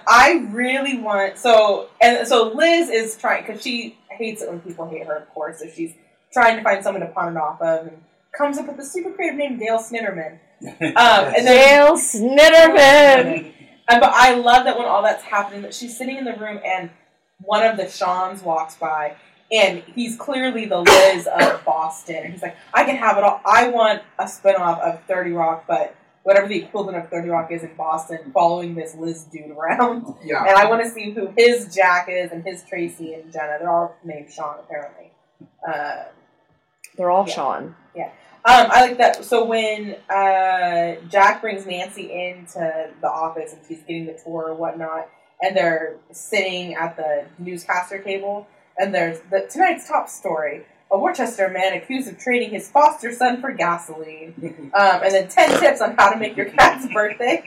D: I really want so and so Liz is trying because she hates it when people hate her, of course. So she's trying to find someone to pawn it off of, and comes up with a super creative name, Dale Snitterman. Um, and then
J: Dale Snitterman.
D: And, but I love that when all that's happening, that she's sitting in the room and one of the Sean's walks by, and he's clearly the Liz of Boston. And he's like, I can have it all. I want a spinoff of 30 Rock, but whatever the equivalent of 30 Rock is in Boston, following this Liz dude around.
G: Yeah.
D: And I want to see who his Jack is and his Tracy and Jenna. They're all named Sean, apparently. Uh,
J: They're all
D: Yeah.
J: Sean.
D: um, I like that. So when uh, Jack brings Nancy into the office and she's getting the tour or whatnot, and they're sitting at the newscaster table, and there's the tonight's top story: a Worcester man accused of trading his foster son for gasoline, um, and then ten tips on how to make your cat's birthday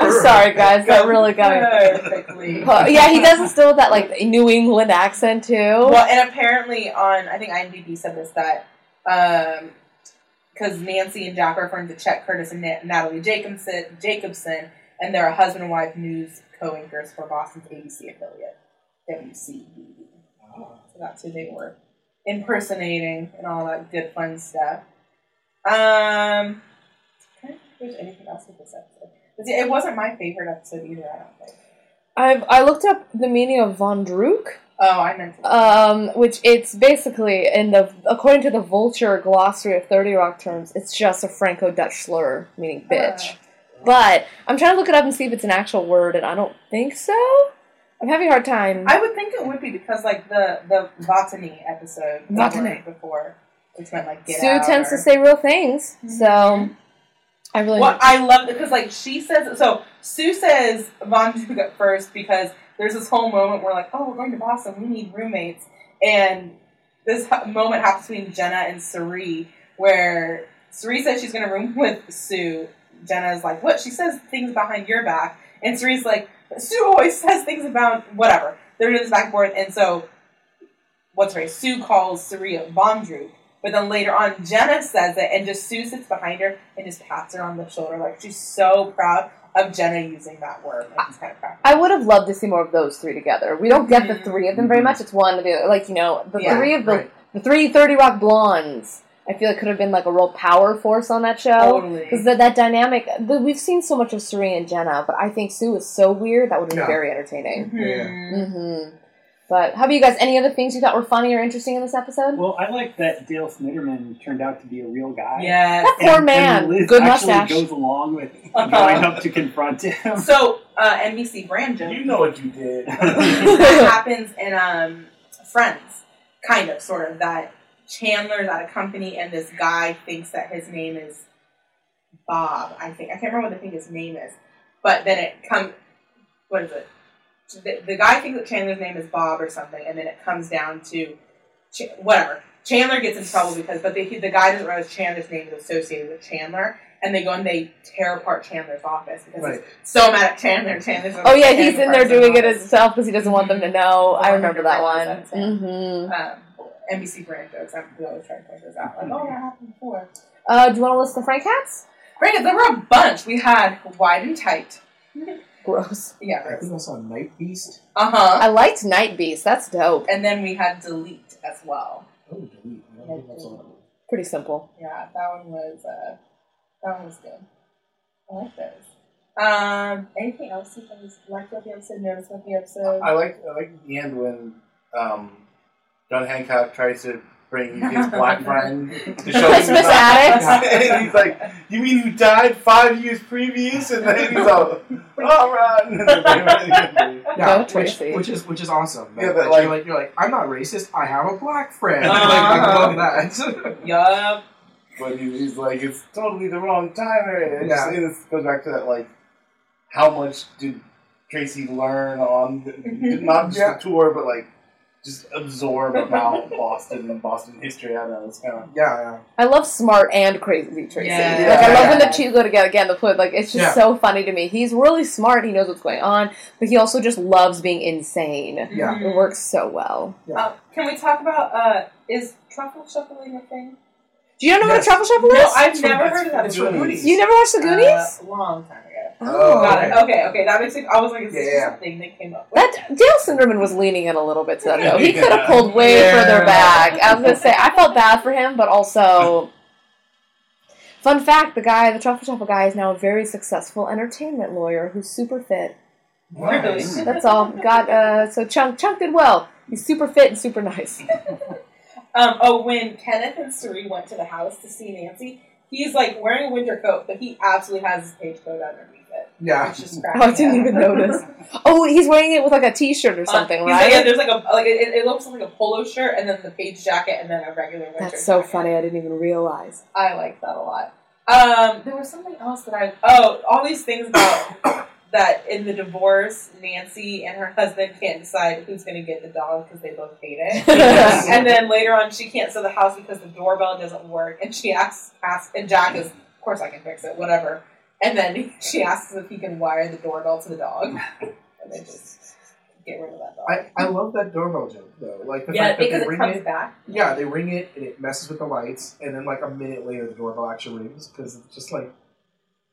J: I'm sorry, guys. That really got me.
D: perfectly.
J: But, yeah, he does it still with that like New England accent too.
D: Well, and apparently on I think IMDb said this that because Nancy and Jack are referring to Chet Curtis and Na- Natalie Jacobson, Jacobson, and they're a husband and wife news co-anchors for Boston's ABC affiliate WCBB. So that's who they were impersonating and all that good fun stuff. Um, I don't think there's anything else with this episode. But see, It wasn't my favorite episode either. I don't think.
J: I've I looked up the meaning of von Druk,
D: Oh, I meant. To-
J: um, which it's basically in the according to the Vulture glossary of Thirty Rock terms, it's just a Franco-Dutch slur meaning bitch.
D: Ah.
J: But I'm trying to look it up and see if it's an actual word, and I don't think so. I'm having a hard time.
D: I would think it would be because like the the Vatani episode that we
J: Vatani.
D: watched before, which meant like get
J: Sue
D: out.
J: tends
D: or-
J: to say real things, so I really
D: Well, I love it because like she says so. Sue says Von Duke at first because there's this whole moment where like oh we're going to Boston we need roommates and this h- moment happens between Jenna and Sari where Cerise says she's going to room with Sue. Jenna's like, what? She says things behind your back. And Cerise like, Sue always says things about whatever. They're doing this back and forth. And so, what's right? Sue calls Saria Bondru. But then later on, Jenna says it. And just Sue sits behind her and just pats her on the shoulder. Like, she's so proud of Jenna using that word. Like, it's kind of proud.
J: I would have loved to see more of those three together. We don't get the three of them
D: Mm-hmm.
J: very much. It's one of the other. Like, you know, the
D: Yeah,
J: three of the,
G: right.
J: the three 30 Rock blondes, I feel like could have been like a real power force on that show.
D: Totally.
J: Because that, that dynamic, the, we've seen so much of Serena and Jenna, but I think Sue is so weird, that would have been
G: Yeah.
J: very entertaining.
D: Mhm.
J: hmm But how about you guys? Any other things you thought were funny or interesting in this episode?
I: Well, I like that Dale Snitterman turned out to be a real guy.
D: Yes.
J: that
I: And-
J: poor
I: and
J: man.
I: Liz
J: Good
I: actually
J: mustache.
I: goes along with
D: Uh-huh.
I: going up to confront him.
D: So uh, NBC brand joke.
F: You know what you did.
D: that happens in um, Friends, kind of, sort of. That Chandler's at a company, and this guy thinks that his name is Bob. I think I can't remember what I think his name is, but then it comes. What is it? The, the guy thinks that Chandler's name is Bob or something, and then it comes down to Ch- whatever. Chandler gets in trouble because, but the, the guy doesn't realize Chandler's name is associated with Chandler, and they go and they tear apart Chandler's office because
G: Right.
D: he's so mad at Chandler. Chandler's
J: Oh yeah, he's in there
D: person
J: doing it
D: office.
J: himself because he doesn't want them to know. I remember that one.
D: 100%
J: hmm
D: um, NBC brand jokes. I'm we always trying to point those out. Like, oh, that happened before.
J: Uh, do you want to list the Frank hats?
D: Granted, there were a bunch. We had wide and tight.
J: Gross.
G: I
D: Yeah.
G: think I saw Night Beast.
D: Uh huh.
J: I liked Night Beast. That's dope.
D: And then we had delete as well.
G: Oh, delete. I don't think I saw that.
J: Pretty simple.
D: Yeah, that one was uh, that one was good. I like those. Um, anything else you guys liked about the episode? Noticed about the episode?
F: I like I like at the end when um, John Hancock tries to bring his black friend to show
J: Christmas
F: him he's not-
J: addicts.
F: and he's like, "You mean who died five years previous?" And then he's all, "All right."
G: Yeah,
J: Go
G: which,
J: Tracy.
G: which is which is awesome.
F: Yeah, but
G: like,
F: like-
G: you're like you're like I'm not racist. I have a black friend.
D: Uh-huh.
G: like, I love that.
D: yup.
F: But he, he's like, it's totally the wrong timer. And
G: Yeah.
F: it just goes back to that, like, how much did Tracy learn on the,
D: Mm-hmm.
F: not just
G: Yeah.
F: the tour, but like just absorb about Boston and Boston history? I know it's kind of.
G: yeah,
J: I love smart and crazy Tracy.
D: Yeah.
J: Like I love when the
D: Yeah.
J: two go together again. The put like it's just
G: Yeah.
J: so funny to me. He's really smart. He knows what's going on, but he also just loves being insane.
G: yeah,
J: It works so well.
D: Uh, Mm-hmm. can we talk about uh, is truffle shuffling a thing?
J: Do you know what a
G: Yes.
J: truffle shuffle is?
D: No, I've
G: from-
D: never
G: it's
D: heard of that.
G: from
D: before.
G: the Goonies.
J: you never watched the Goonies?
D: Uh, long time ago.
G: Oh,
D: Got it. Okay, okay. That makes it. I was like, is
G: Yeah,
D: this
G: yeah.
D: just a thing they came up with?
J: That Dale Cinderman was leaning in a little bit to that though. He could have
F: Yeah.
J: pulled way
G: Yeah.
J: further back. I was gonna say I felt bad for him, but also fun fact, the guy, the truffle shuffle guy is now a very successful entertainment lawyer who's super fit.
D: Nice.
J: That's all. Got uh so Chunk Chunk did well. He's super fit and super nice.
D: Um, oh, when Kenneth and Suri went to the house to see Nancy, he's like wearing a winter coat, but he absolutely has his page coat underneath it.
G: yeah.
D: It's just
J: Oh,
D: cracking
J: I didn't
D: me up.
J: even notice. Oh, he's wearing it with like a t shirt or
D: Uh,
J: something,
D: he's Like, yeah,
J: right?
D: there's like a like it, it looks like a polo shirt and then the page jacket and then a regular winter.
J: That's so
D: jacket.
J: funny, I didn't even realize.
D: I like that a lot. Um, there was something else that I oh all these things about that in the divorce Nancy and her husband can't decide who's going to get the dog because they both hate it. and then later on, she can't sell the house because the doorbell doesn't work, and she asks, asks and Jack is, of course, I can fix it, whatever. And then she asks if he can wire the doorbell to the dog, and then just get rid of that dog.
G: I, I love that doorbell joke though. Like the
D: yeah,
G: fact that
D: because
G: they
D: it
G: ring
D: comes
G: it.
D: back.
G: Yeah, they ring it and it messes with the lights, and then like a minute later, the doorbell actually rings because it's just like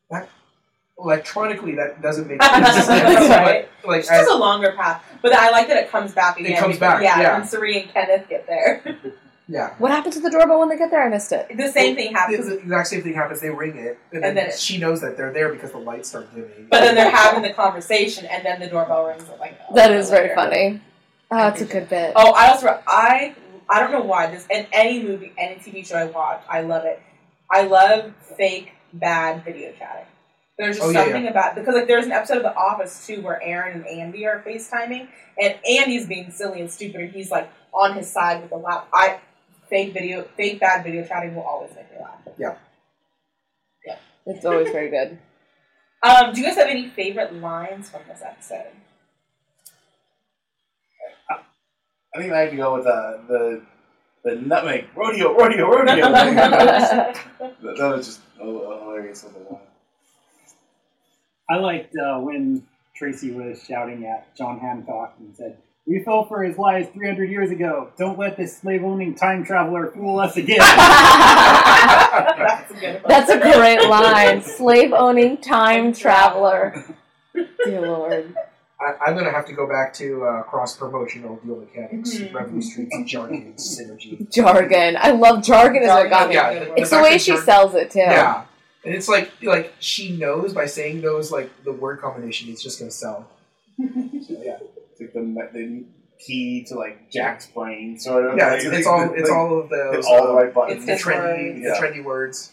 G: that. Electronically, that doesn't make sense.
D: That's right.
G: But, like,
D: It's just
G: I-
D: a longer path, but I like that it comes back
G: It
D: again.
G: comes
D: because-
G: back,
D: yeah.
G: yeah.
D: When Suri and Kenneth get there,
G: yeah.
J: What happened to the doorbell when they get there? I missed it.
D: the same thing happens.
G: It's the exact same thing happens. They ring it, and,
D: And
G: then,
D: then it-
G: she knows that they're there because the lights start dimming.
D: But then they're having the conversation, and then the doorbell rings. At like a
J: That
D: minute
J: is very
D: later.
J: funny. Oh, that's a good bit.
D: Oh, I also I I don't know why this in any movie, any TV show I watch, I love it. I love fake bad video chatting. There's just
G: Oh, yeah,
D: something about because like there's an episode of The Office too where Aaron and Andy are FaceTiming and Andy's being silly and stupid and he's like on his side with the lap. I fake video fake bad video chatting will always make me laugh.
J: It's always very good.
D: Um, do you guys have any favorite lines from this episode?
F: I think I have to go with uh, the the nutmeg rodeo, rodeo, rodeo. that, that was just a, a hilarious little one.
I: I liked uh, when Tracy was shouting at John Hancock and said, "We fell for his lies 300 years ago. Don't let this slave-owning time traveler fool us again."
D: That's a good one.
J: That's a great line. Slave owning time traveler. Dear Lord.
G: I, I'm going to have to go back to uh, cross promotional dual mechanics,
D: Mhm.
J: Mm-hmm.
G: revenue streams, jargon, synergy.
J: Jargon. I love jargon as what got me.
G: yeah,
J: It's the way she
G: Jargon.
J: sells it too.
G: Yeah. And it's like like she knows by saying those like the word combination it's just gonna sell. So, yeah,
F: It's like the, me- the key to like Jack's brain, sort of.
G: yeah.
F: Like,
G: It's,
F: like
G: it's all
F: the-
G: it's
F: like,
G: all of those
F: hit all the right
G: It's
F: buttons.
G: the
D: It's just
G: trendy,
F: words.
G: the trendy words.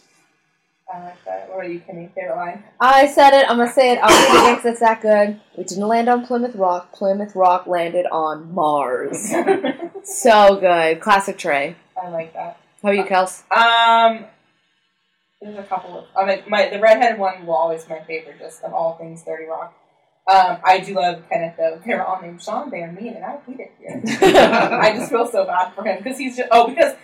D: I like that. What are you, Kenny? Favorite line?
J: I said it. I'm gonna say it. I'll say it again 'cause it's that good. We didn't land on Plymouth Rock. Plymouth Rock landed on Mars. so good. Classic Trey.
D: I like that.
J: How about you, Kels?
D: Um, there's a couple of. I mean, my the redhead one will always be my favorite, just of all things Thirty Rock. Um, I do love Kenneth though. They're all named Sean. They are mean, and I hate it here. I just feel so bad for him because he's just oh because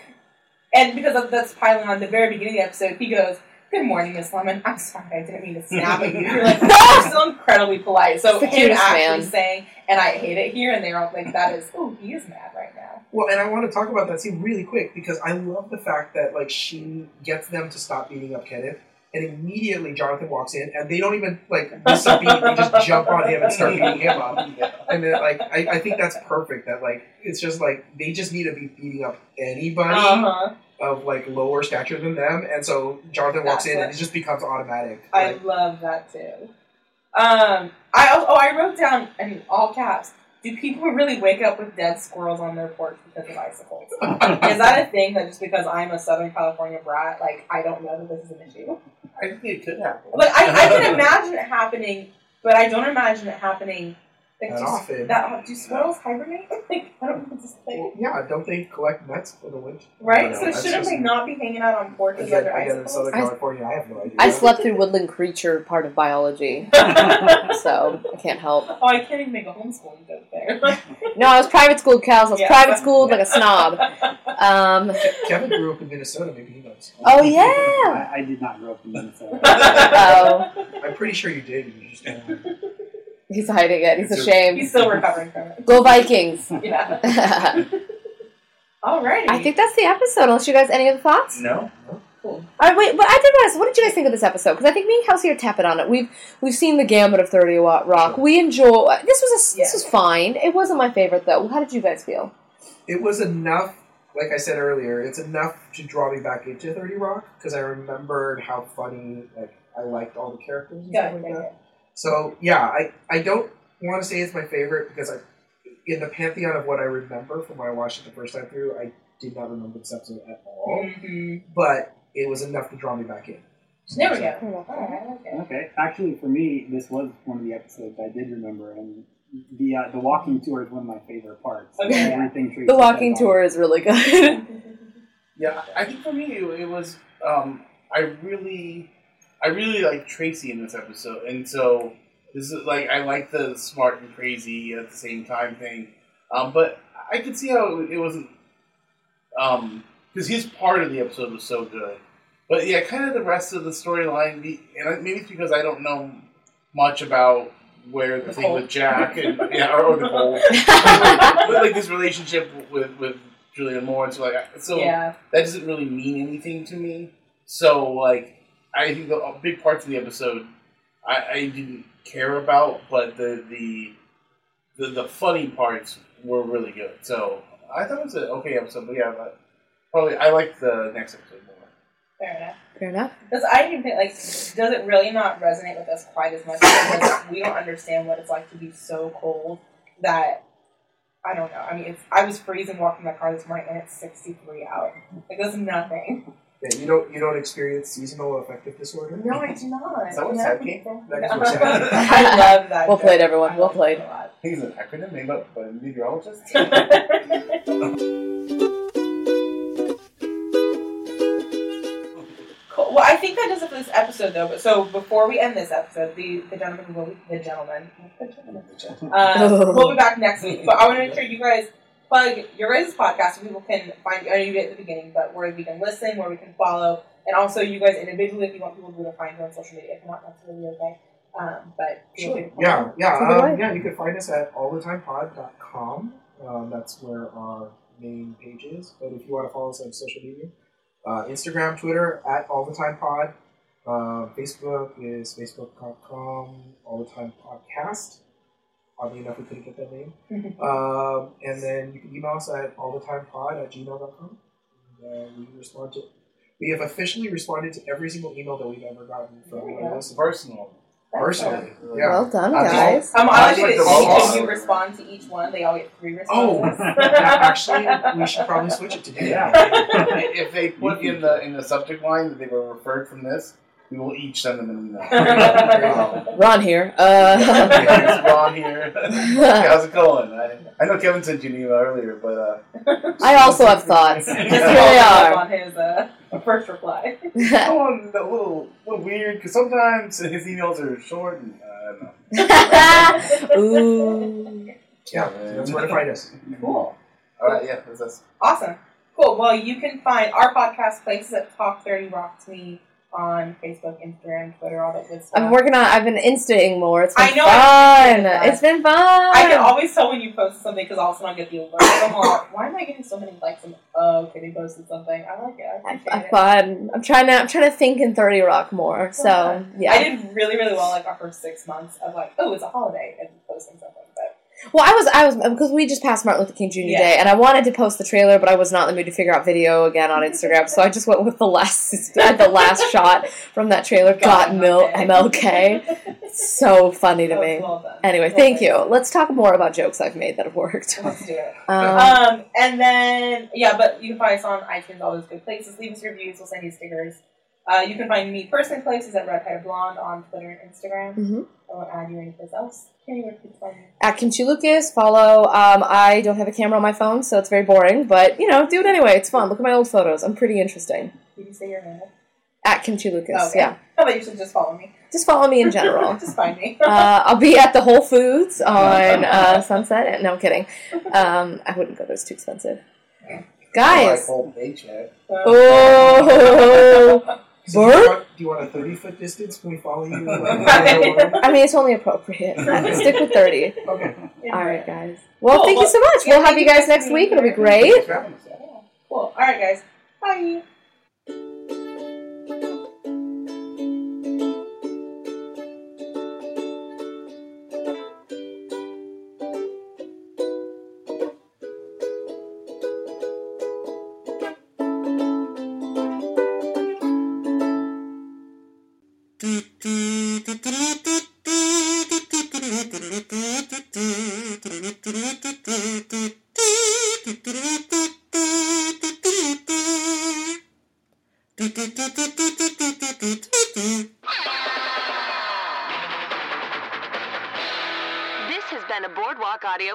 D: and because of that's piling on the very beginning of the episode. He goes, "Good morning, Miss Lemon. I'm sorry, I didn't mean to snap at you." You're like, "No, you're still incredibly polite." So
J: It's the
D: him
J: cutest
D: actually
J: man.
D: saying, "And I hate it here," and they're all like, "That is oh, he is mad right now."
G: Well, and I want to talk about that scene really quick because I love the fact that like she gets them to stop beating up Kenneth, and immediately Jonathan walks in, and they don't even like miss a beat; they just jump on him and start beating him up. And then like I, I think that's perfect. That like it's just like they just need to be beating up anybody
D: Uh-huh.
G: of like lower stature than them, and so Jonathan walks
D: That's
G: in,
D: it.
G: and it just becomes automatic.
D: I
G: Like,
D: love that too. Um, I al- oh I wrote down in all caps. Do people really wake up with dead squirrels on their porch because of icicles? is that a thing that just because I'm a Southern California brat, like I don't know that this is an issue?
F: I think it could happen.
D: Like I, I can imagine it happening, but I don't imagine it happening. Like,
G: That
D: do,
G: often.
D: That uh, do squirrels hibernate? like I don't know, just like
G: well, yeah, don't they collect nuts for the winter? I
D: right.
G: don't
D: So
G: know, that's
D: shouldn't
G: just-
D: they not be hanging out on porches
G: Again,
D: under
G: again in
D: icicles?
G: Southern California, I have no idea.
J: I slept through woodland creature part of biology, so I can't help.
D: Oh, I can't even make a homeschooling joke there.
J: No, I was private schooled, Kels. I was
D: Yeah.
J: private schooled like a snob. Um,
G: Kevin grew up in Minnesota. Maybe he knows.
J: oh yeah.
I: I, I did not grow up in Minnesota.
J: Oh,
G: I'm pretty sure you did. You just don't know.
J: he's hiding it. He's ashamed.
D: He's still recovering from it.
J: Go Vikings.
D: Yeah.
J: I
D: Alrighty.
J: think that's the episode. Unless you guys any other thoughts.
F: No.
J: All right, wait, but I did realize. What did you guys think of this episode? Because I think me and Kelsey are tapping on it. We've we've seen the gamut of Thirty Watt Rock. We enjoy. This was a s
D: Yeah.
J: this was fine. It wasn't my favorite though. How did you guys feel?
G: It was enough. Like I said earlier, it's enough to draw me back into Thirty Rock because I remembered how funny. Like I liked all the characters. And
D: Yeah,
G: stuff
D: yeah,
G: like that.
D: yeah.
G: So yeah, I I don't want to say it's my favorite because I, in the pantheon of what I remember from when I watched it the first time through, I did not remember this episode at all.
D: Mhm.
G: But it was enough to draw me back in.
D: There we go. Alright, okay.
I: Okay, actually, for me, this was one of the episodes I did remember, and the uh, the walking tour is one of my favorite parts.
D: Okay.
I: Everything Tracy
J: The walking
I: says on-
J: tour is really good.
F: Yeah, I think for me it it was. Um, I really, I really like Tracy in this episode, and so this is like I like the smart and crazy at the same time thing. Um, but I could see how it wasn't, because his part of the episode was so good. But yeah, kind of the rest of the storyline, be- and I- maybe it's because I don't know much about where the, thing
D: Nicole.
F: with Jack and yeah, or, or Nicole, but like this relationship with with Julian Moore, and so like I- so
D: yeah.
F: that doesn't really mean anything to me. So like, I think the uh, big parts of the episode I, I didn't care about, but the, the the the funny parts were really good. So I thought it was an okay episode, but yeah, but probably I like the next episode more.
D: Fair enough.
J: Fair enough.
D: Because I even think, like, does it really not resonate with us quite as much because we don't understand what it's like to be so cold that I don't know. I mean, it's, I was freezing walking my car this morning, and it's 63 out. Like, that's nothing.
G: Yeah, you don't you don't experience seasonal affective disorder.
D: No, I do not.
F: Is that what SAD came from?
G: That
D: No. I
G: is what SAD
J: is.
D: love that.
J: Well
D: joke.
J: played, everyone.
D: I
J: Well
D: like
J: played.
D: it a lot.
F: I think it's an acronym made up by meteorologists.
D: Cool. Well, I think that does it for this episode, though. But so before we end this episode, the the gentleman
J: Oh.
D: will the gentleman. The gentleman. Uh, we'll be back next week, but I want to make sure you guys plug your guys' podcast so people can find you. I know you did it at the beginning, but where we can listen, where we can follow, and also you guys individually if you want people to be able to find you on social media. If not, that's really okay. Um, but feel free to follow.
G: Yeah, yeah,
J: Take it away.
G: um, yeah. You can find us at allthetimepod.com. Um, that's where our main page is. But if you want to follow us on social media, uh, Instagram, Twitter at allthetimepod. Uh, Facebook is facebook.com allthetimepodcast. Oddly enough, we couldn't get that name. um, and then you can email us at allthetimepod at gmail.com. And, uh, we respond to. We have officially responded to every single email that we've ever gotten from
D: There we
G: one of
D: go.
G: us
F: Personal.
G: personally. Yeah.
J: Well done,
G: Not just-
J: guys.
D: Um, I like that
F: Like the
D: each
F: boss.
D: of you respond to each one. They all get three
G: Oh,
D: responses.
G: actually, we should probably switch it to do that.
F: if they put in the in the subject line that they were referred from this, we will each send them an email. um,
J: Ron here. Uh,
F: yeah, it's Ron here. Hey, how's it going? I, I know Kevin sent you an email earlier, but uh,
J: I also have thoughts.
D: Just
J: Here they
D: follow up
J: are.
D: on his uh, first reply.
F: that one a little little weird because sometimes his emails are short and uh, I don't know.
J: Ooh.
G: Yeah, so that's where to find us.
D: Cool.
F: All right, yeah, that's us.
D: Awesome. Cool. Well, you can find our podcast places at Talk 30 Rock to Me on Facebook, Instagram, Twitter, all that good stuff.
J: I'm working on. I've been instating more. It's been
D: I know, I've been
J: fun.
D: doing that.
J: It's been fun.
D: I can always tell when you post something because also I get the alert. I'm all, why am I getting so many likes? And, oh, okay, they posted something. I like it. I appreciate
J: Uh,
D: it.
J: fun. I'm trying to. I'm trying to think in Thirty Rock more. So
D: I
J: yeah.
D: did really, really well like our first six months of like, oh, it's a holiday and posting something. But
J: Well, I was. I was because we just passed Martin Luther King Jr.
D: Yeah.
J: Day, and I wanted to post the trailer, but I was not in the mood to figure out video again on Instagram. so I just went with the last. at the last shot from that trailer. Got Mil- MLK. so funny to
D: That was
J: me.
D: well done.
J: Anyway,
D: Well
J: thank
D: done.
J: you. Uh, Let's talk more about jokes I've made that have worked.
D: Let's do it.
J: Um,
D: Um, and then yeah, but you can find us on iTunes, all those good places. Leave us reviews. We'll send you stickers. Uh, you can find me personally places at Red Hair Blonde on Twitter and Instagram.
J: Mhm.
D: I won't add you anyplace else. Can you repeat find me?
J: at Kimchi Lucas, follow. Um, I don't have a camera on my phone, so it's very boring, but you know, do it anyway. It's fun. Look at my old photos. I'm pretty interesting.
D: Did you say your name?
J: At Kimchi Lucas,
D: Okay.
J: yeah.
D: No, but you should just follow me.
J: Just follow me in general.
D: just find me.
J: Uh, I'll be at the Whole Foods on uh, Sunset. No, I'm kidding. Um, I wouldn't go there; it's too expensive.
F: My
J: Guys,
F: whole paycheck.
J: oh,
G: So do,
J: Burp.
G: you want, do you want a 30 foot distance? Can we follow you?
J: I mean, it's only appropriate. Stick with thirty.
G: okay.
J: All right, guys. Well,
D: Cool,
J: thank
D: well,
J: you so much.
D: yeah,
J: we'll have
D: thank
J: you
D: you
J: guys
D: for
J: next
D: being
J: week. It'll be
D: here.
J: great.
F: Thanks for having us.
D: Yeah. Cool. All right, guys. Bye.
A: This has been a Boardwalk Audio